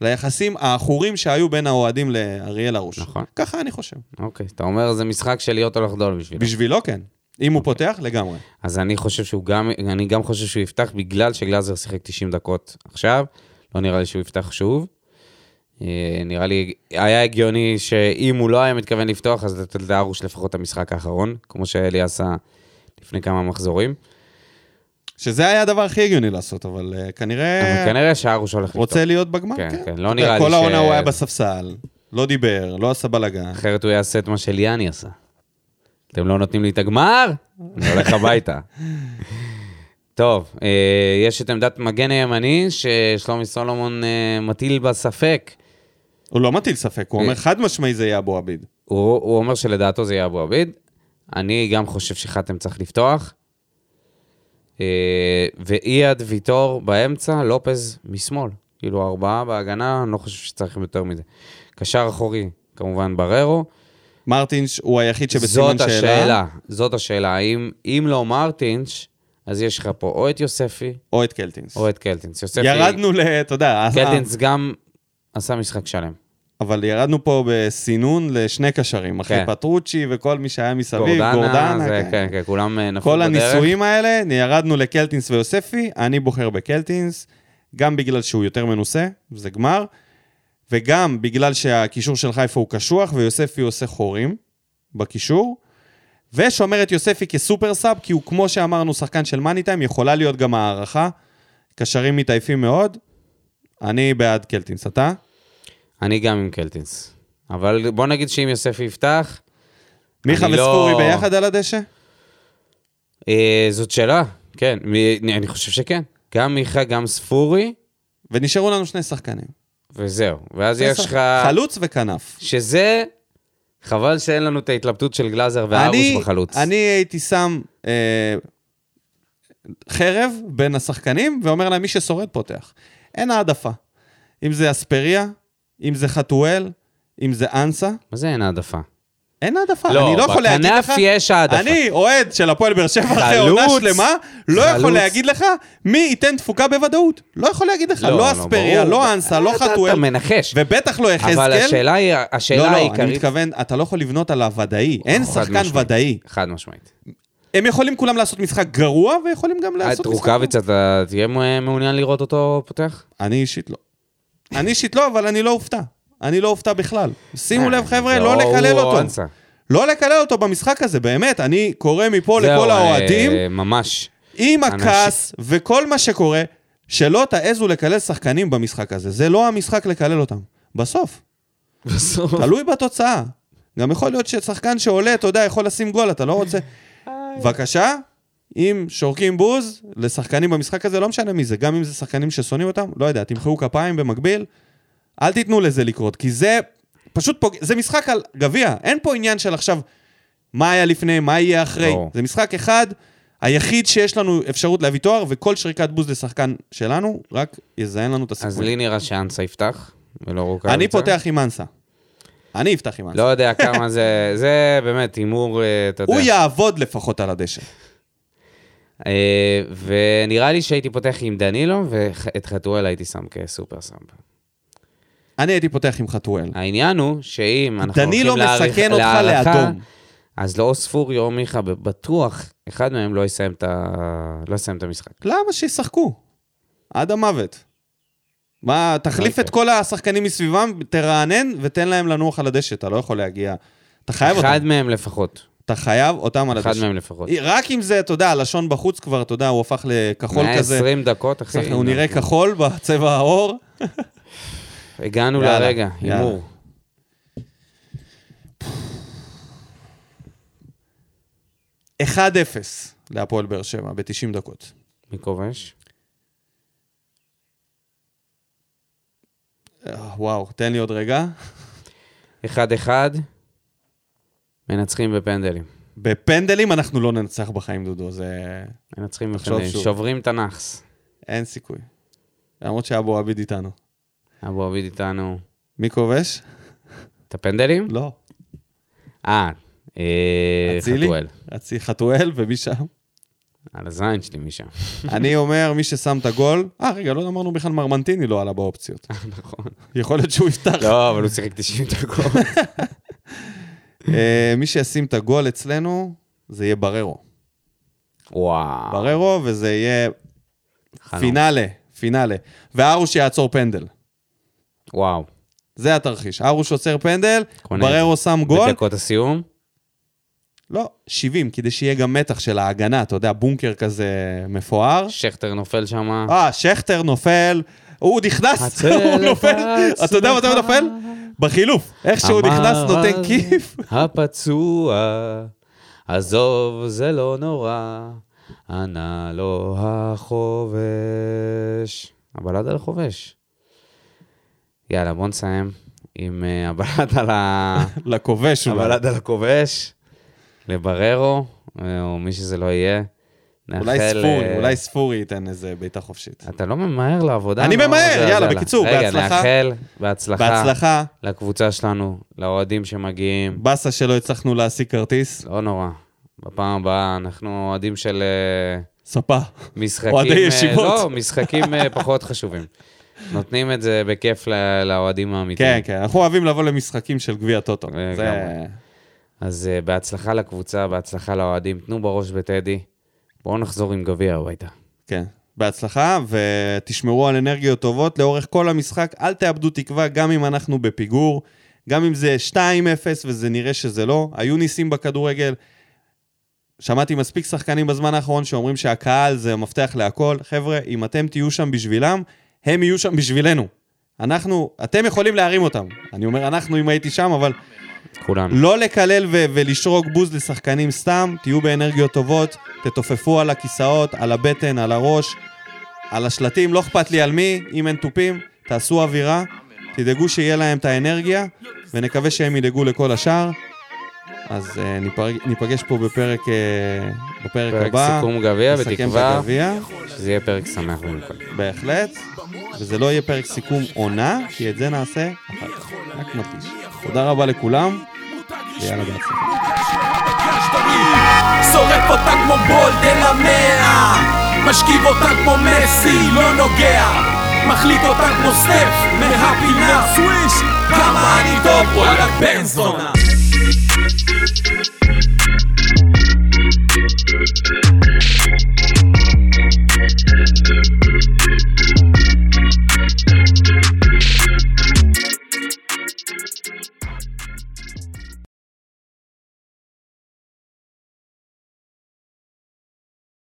[SPEAKER 1] ליחסים העכורים שהיו בין האוהדים לאריאל הרוש.
[SPEAKER 2] נכון.
[SPEAKER 1] ככה אני חושב.
[SPEAKER 2] אוקיי, אתה אומר זה משחק של להיות או לחדול בשבילו.
[SPEAKER 1] בשבילו כן. אם הוא
[SPEAKER 2] אוקיי.
[SPEAKER 1] פותח, לגמרי.
[SPEAKER 2] אז אני חושב שהוא גם, אני גם חושב שהוא יפתח בגלל שגלאזר שיחק 90 דקות עכשיו, לא נראה לי שהוא יפתח שוב. אה, נראה לי, היה הגיוני שאם הוא לא היה מתכוון לפתוח, אז לתת לארוש לפחות את המשחק האחרון, כמו שאלי עשה לפני כמה מחזורים.
[SPEAKER 1] שזה היה הדבר הכי הגיוני לעשות, אבל אה, כנראה...
[SPEAKER 2] אבל כן כנראה שארוש הולך לפתוח.
[SPEAKER 1] רוצה להיות בגמר,
[SPEAKER 2] כן,
[SPEAKER 1] כן.
[SPEAKER 2] כן, לא
[SPEAKER 1] אתה יודע,
[SPEAKER 2] נראה לי
[SPEAKER 1] כל
[SPEAKER 2] ש-
[SPEAKER 1] העונה הוא היה בספסל, לא דיבר, לא עשה בלאגן.
[SPEAKER 2] אחרת הוא יעשה את מה שליאני עשה. אתם לא נותנים לי את הגמר? אני הולך הביתה. טוב, אה, יש את עמדת מגן הימני, ששלומי סולומון אה, מטיל בה ספק.
[SPEAKER 1] הוא לא מטיל ספק, הוא
[SPEAKER 2] אה.
[SPEAKER 1] אומר חד משמעי זה יהיה אבו עביד.
[SPEAKER 2] הוא, הוא אומר שלדעתו זה יהיה אבו עביד. אני גם חושב שחתם צריך לפתוח. אה, ואייד ויטור באמצע, לופז משמאל. כאילו ארבעה בהגנה, אני לא חושב שצריכים יותר מזה. קשר אחורי, כמובן בררו.
[SPEAKER 1] מרטינש הוא היחיד
[SPEAKER 2] זאת
[SPEAKER 1] שבסימן שאלה.
[SPEAKER 2] השאלה, זאת השאלה. האם, אם לא מרטינש, אז יש לך פה או את יוספי
[SPEAKER 1] או את קלטינס.
[SPEAKER 2] או את קלטינס. יוספי,
[SPEAKER 1] ירדנו ל... אתה יודע,
[SPEAKER 2] קלטינס גם עשה משחק שלם.
[SPEAKER 1] אבל ירדנו פה בסינון לשני קשרים, אחרי
[SPEAKER 2] כן.
[SPEAKER 1] פטרוצ'י וכל מי שהיה מסביב,
[SPEAKER 2] גורדנה,
[SPEAKER 1] גורדנה,
[SPEAKER 2] זה,
[SPEAKER 1] כן.
[SPEAKER 2] כן, כן, כולם אה, נפלו
[SPEAKER 1] כל
[SPEAKER 2] בדרך.
[SPEAKER 1] הניסויים האלה, ירדנו לקלטינס ויוספי, אני בוחר בקלטינס, גם בגלל שהוא יותר מנוסה, זה גמר, וגם בגלל שהקישור של חיפה הוא קשוח, ויוספי עושה חורים בקישור, ושומר את יוספי כסופר סאב, כי הוא, כמו שאמרנו, שחקן של מאני טיים, יכולה להיות גם הערכה, קשרים מתעייפים מאוד, אני בעד קלטינס, אתה?
[SPEAKER 2] אני גם עם קלטינס. אבל בוא נגיד שאם יוספי יפתח,
[SPEAKER 1] מיכה
[SPEAKER 2] אני לא-
[SPEAKER 1] וספורי ביחד על הדשא?
[SPEAKER 2] אה, זאת שאלה, כן, מ- אני חושב שכן. גם מיכה, גם ספורי,
[SPEAKER 1] ונשארו לנו שני שחקנים.
[SPEAKER 2] וזהו. ואז יש לך...
[SPEAKER 1] חלוץ וכנף.
[SPEAKER 2] שזה, חבל שאין לנו את ההתלבטות של גלאזר
[SPEAKER 1] אני-
[SPEAKER 2] והרוש בחלוץ.
[SPEAKER 1] אני הייתי שם אה, חרב בין השחקנים, ואומר להם, מי ששורד פותח. אין העדפה. אם זה אספריה, אם זה חתואל, אם זה אנסה,
[SPEAKER 2] מה זה אין העדפה?
[SPEAKER 1] אין העדפה.
[SPEAKER 2] לא,
[SPEAKER 1] אני לא יכול להגיד
[SPEAKER 2] בכנף
[SPEAKER 1] לך...
[SPEAKER 2] יש העדפה.
[SPEAKER 1] אני אוהד של הפועל באר שבע אחרי
[SPEAKER 2] חלוץ,
[SPEAKER 1] עונה שלמה, לא יכול
[SPEAKER 2] חלוץ.
[SPEAKER 1] להגיד לך מי ייתן תפוקה בוודאות. לא יכול להגיד לך, לא אספריה,
[SPEAKER 2] ברור. אה,
[SPEAKER 1] לא אנסה, לא
[SPEAKER 2] אתה-
[SPEAKER 1] חתואל,
[SPEAKER 2] אתה מנחש.
[SPEAKER 1] ובטח לא יחזקאל.
[SPEAKER 2] אבל השאלה היא,
[SPEAKER 1] לא,
[SPEAKER 2] השאלה
[SPEAKER 1] לא, אני
[SPEAKER 2] העיקרית...
[SPEAKER 1] מתכוון, אתה לא יכול לבנות על הוודאי. אין
[SPEAKER 2] חד
[SPEAKER 1] שחקן
[SPEAKER 2] משמעית.
[SPEAKER 1] ודאי.
[SPEAKER 2] חד משמעית.
[SPEAKER 1] הם יכולים כולם לעשות משחק גרוע, ויכולים גם
[SPEAKER 2] אה,
[SPEAKER 1] לעשות משחק...
[SPEAKER 2] טרוקאביץ, אתה תהיה מעוניין לראות אותו פותח?
[SPEAKER 1] טוב. אני אישית לא. אני אישית לא, אבל אני לא אופתע. אני לא אופתע בכלל. שימו לב, חבר'ה, לא
[SPEAKER 2] אה, הוא
[SPEAKER 1] לקלל
[SPEAKER 2] או
[SPEAKER 1] אותו.
[SPEAKER 2] אנסה.
[SPEAKER 1] לא לקלל אותו במשחק הזה, באמת. אני קורא מפה
[SPEAKER 2] זהו,
[SPEAKER 1] לכל
[SPEAKER 2] אה,
[SPEAKER 1] האוהדים,
[SPEAKER 2] ממש.
[SPEAKER 1] עם
[SPEAKER 2] אנשים-
[SPEAKER 1] הכעס וכל מה שקורה, שלא תעזו לקלל שחקנים במשחק הזה. זה לא המשחק לקלל אותם. בסוף,
[SPEAKER 2] בסוף.
[SPEAKER 1] תלוי בתוצאה. גם יכול להיות ששחקן שעולה, אתה יודע, יכול לשים גול, אתה לא רוצה... בבקשה, אם שורקים בוז לשחקנים במשחק הזה, לא משנה מי זה, גם אם זה שחקנים ששונאים אותם, לא יודע, תמחאו כפיים במקביל, אל תיתנו לזה לקרות, כי זה פשוט פוג... זה משחק על גביע, אין פה עניין של עכשיו מה היה לפני, מה יהיה אחרי,
[SPEAKER 2] ברור.
[SPEAKER 1] זה משחק אחד, היחיד שיש לנו אפשרות להביא תואר, וכל שריקת בוז לשחקן שלנו, רק יזיין לנו את
[SPEAKER 2] אז
[SPEAKER 1] הסיכוי.
[SPEAKER 2] לי נראה שאנסה יפתח, ולא רוקאביצה.
[SPEAKER 1] אני פותח עם אנסה. אני אפתח עם אנסה.
[SPEAKER 2] לא יודע כמה זה... זה באמת הימור, אה, אתה יודע.
[SPEAKER 1] הוא יעבוד לפחות על הדשא.
[SPEAKER 2] אה, ונראה לי שהייתי פותח עם דנילו, ואת חתואל הייתי שם כסופר סאמפ.
[SPEAKER 1] אני הייתי פותח עם חתואל.
[SPEAKER 2] העניין הוא שאם אה, אנחנו
[SPEAKER 1] דנילו
[SPEAKER 2] הולכים להעריך-
[SPEAKER 1] לא מסכן אותך
[SPEAKER 2] להערכה,
[SPEAKER 1] לאדום.
[SPEAKER 2] אז לא או ספורי או מיכה, ב- בטוח, אחד מהם לא יסיים את, ה... לא יסיים את המשחק.
[SPEAKER 1] למה שישחקו? עד המוות. מה, תחליף
[SPEAKER 2] אוקיי.
[SPEAKER 1] את כל השחקנים מסביבם, תרענן ותן להם לנוח על הדשא, אתה לא יכול להגיע. אתה חייב
[SPEAKER 2] אחד
[SPEAKER 1] אותם,
[SPEAKER 2] מהם לפחות.
[SPEAKER 1] אתה חייב אותם על
[SPEAKER 2] אחד
[SPEAKER 1] הדשא. אה,
[SPEAKER 2] מהם לפחות.
[SPEAKER 1] רק אם זה, אתה יודע, הלשון בחוץ כבר, אתה יודע, הוא הפך לכחול כזה.
[SPEAKER 2] 120 דקות, אחי. נכון.
[SPEAKER 1] הוא נראה כחול בצבע העור.
[SPEAKER 2] הגענו
[SPEAKER 1] יאללה,
[SPEAKER 2] לרגע,
[SPEAKER 1] יאללה.
[SPEAKER 2] הימור.
[SPEAKER 1] 1-0 להפועל באר שבע ב-90 דקות.
[SPEAKER 2] מי כובש?
[SPEAKER 1] אה, וואו, תן לי עוד רגע.
[SPEAKER 2] 1-1. מנצחים בפנדלים.
[SPEAKER 1] בפנדלים אנחנו לא ננצח בחיים, דודו, זה...
[SPEAKER 2] מנצחים
[SPEAKER 1] תחשוב
[SPEAKER 2] בפנדלים.
[SPEAKER 1] שוב.
[SPEAKER 2] שוברים את הנאחס.
[SPEAKER 1] אין סיכוי. למרות שאבו עביד איתנו.
[SPEAKER 2] אבו עביד איתנו.
[SPEAKER 1] מי כובש?
[SPEAKER 2] את הפנדלים?
[SPEAKER 1] לא.
[SPEAKER 2] אה, אה,
[SPEAKER 1] אצילי?
[SPEAKER 2] חתואל.
[SPEAKER 1] אצי חתואל ומי שם?
[SPEAKER 2] על הזין שלי משם.
[SPEAKER 1] אני אומר, מי ששם את הגול... אה, רגע, לא אמרנו בכלל מרמנטיני לא עלה באופציות.
[SPEAKER 2] נכון.
[SPEAKER 1] יכול להיות שהוא יפתח.
[SPEAKER 2] לא, אבל הוא שיחק 90 דקות.
[SPEAKER 1] אה, מי שישים את הגול אצלנו, זה יהיה בררו.
[SPEAKER 2] וואו.
[SPEAKER 1] בררו, וזה יהיה
[SPEAKER 2] חלום.
[SPEAKER 1] פינאלה, פינאלה. והרוש יעצור פנדל.
[SPEAKER 2] וואו.
[SPEAKER 1] זה התרחיש. ארוש עוצר פנדל,
[SPEAKER 2] קונה.
[SPEAKER 1] בררו שם גול.
[SPEAKER 2] בדקות הסיום?
[SPEAKER 1] לא, 70, כדי שיהיה גם מתח של ההגנה, אתה יודע, בונקר כזה מפואר.
[SPEAKER 2] שכטר נופל שם.
[SPEAKER 1] אה, שכטר נופל, הוא נכנס,
[SPEAKER 2] הצל
[SPEAKER 1] הוא נופל,
[SPEAKER 2] רץ
[SPEAKER 1] אתה יודע מתי הוא
[SPEAKER 2] לך.
[SPEAKER 1] נופל? בחילוף. איך שהוא
[SPEAKER 2] אמר
[SPEAKER 1] נכנס, נותן
[SPEAKER 2] אז
[SPEAKER 1] כיף.
[SPEAKER 2] הפצוע, עזוב, זה לא נורא, ענה לו החובש. הבלד על החובש. יאללה, בוא נסיים עם אה, הבלד על, ה...
[SPEAKER 1] לכובש אולי.
[SPEAKER 2] הבלד על הכובש, לבררו, אה, או מי שזה לא יהיה.
[SPEAKER 1] אולי
[SPEAKER 2] נאחל,
[SPEAKER 1] ספורי,
[SPEAKER 2] אה,
[SPEAKER 1] אולי ספורי ייתן איזה בעיטה חופשית.
[SPEAKER 2] אתה לא ממהר לעבודה.
[SPEAKER 1] אני
[SPEAKER 2] נו,
[SPEAKER 1] ממהר,
[SPEAKER 2] אז
[SPEAKER 1] יאללה, בקיצור,
[SPEAKER 2] רגע,
[SPEAKER 1] בהצלחה.
[SPEAKER 2] נאחל, בהצלחה.
[SPEAKER 1] בהצלחה,
[SPEAKER 2] לקבוצה שלנו, לאוהדים שמגיעים.
[SPEAKER 1] באסה שלא הצלחנו להשיג כרטיס,
[SPEAKER 2] לא נורא. בפעם הבאה אנחנו אוהדים של אה,
[SPEAKER 1] ספה.
[SPEAKER 2] משחקים...
[SPEAKER 1] אוהדי
[SPEAKER 2] אה,
[SPEAKER 1] ישיבות.
[SPEAKER 2] לא, משחקים אה, פחות חשובים. נותנים את זה בכיף ל- לאוהדים האמיתיים.
[SPEAKER 1] כן, כן, אנחנו אוהבים לבוא למשחקים של גביע טוטו.
[SPEAKER 2] לגמרי.
[SPEAKER 1] זה- כן.
[SPEAKER 2] אז אה, בהצלחה לקבוצה, בהצלחה לאוהדים. תנו בראש בטדי. בואו נחזור עם גביע הביתה.
[SPEAKER 1] כן. בהצלחה, ותשמרו על אנרגיות טובות לאורך כל המשחק. אל תאבדו תקווה, גם אם אנחנו בפיגור, גם אם זה 2-0 וזה נראה שזה לא. היו ניסים בכדורגל. שמעתי מספיק שחקנים בזמן האחרון שאומרים שהקהל זה המפתח להכל. חבר'ה, אם אתם תהיו שם בשבילם, הם יהיו שם בשבילנו. אנחנו, אתם יכולים להרים אותם. אני אומר אנחנו אם הייתי שם, אבל
[SPEAKER 2] כולנו.
[SPEAKER 1] לא לקלל ו- ולשרוק בוז לשחקנים סתם, תהיו באנרגיות טובות, תתופפו על הכיסאות, על הבטן, על הראש, על השלטים, לא אכפת לי על מי, אם אין תופים, תעשו אווירה, תדאגו שיהיה להם את האנרגיה, ונקווה שהם ידאגו לכל השאר. אז uh, ניפרג, ניפגש פה בפרק, uh, בפרק
[SPEAKER 2] פרק
[SPEAKER 1] הבא.
[SPEAKER 2] סיכום גביע,
[SPEAKER 1] נסכם את
[SPEAKER 2] בתקווה
[SPEAKER 1] הגביע,
[SPEAKER 2] שזה יהיה פרק שמח במקום.
[SPEAKER 1] בהחלט. וזה לא יהיה פרק סיכום עונה, כי את זה נעשה אחר כך. רק מתיש. תודה רבה לכולם, ויאללה בהצלחה.
[SPEAKER 3] שורף אותה כמו בולד אל המאה משכיב אותה כמו מסי, לא נוגע מחליט אותה כמו סטף מהפינה סוויש כמה אני טוב, וואלה בן זונה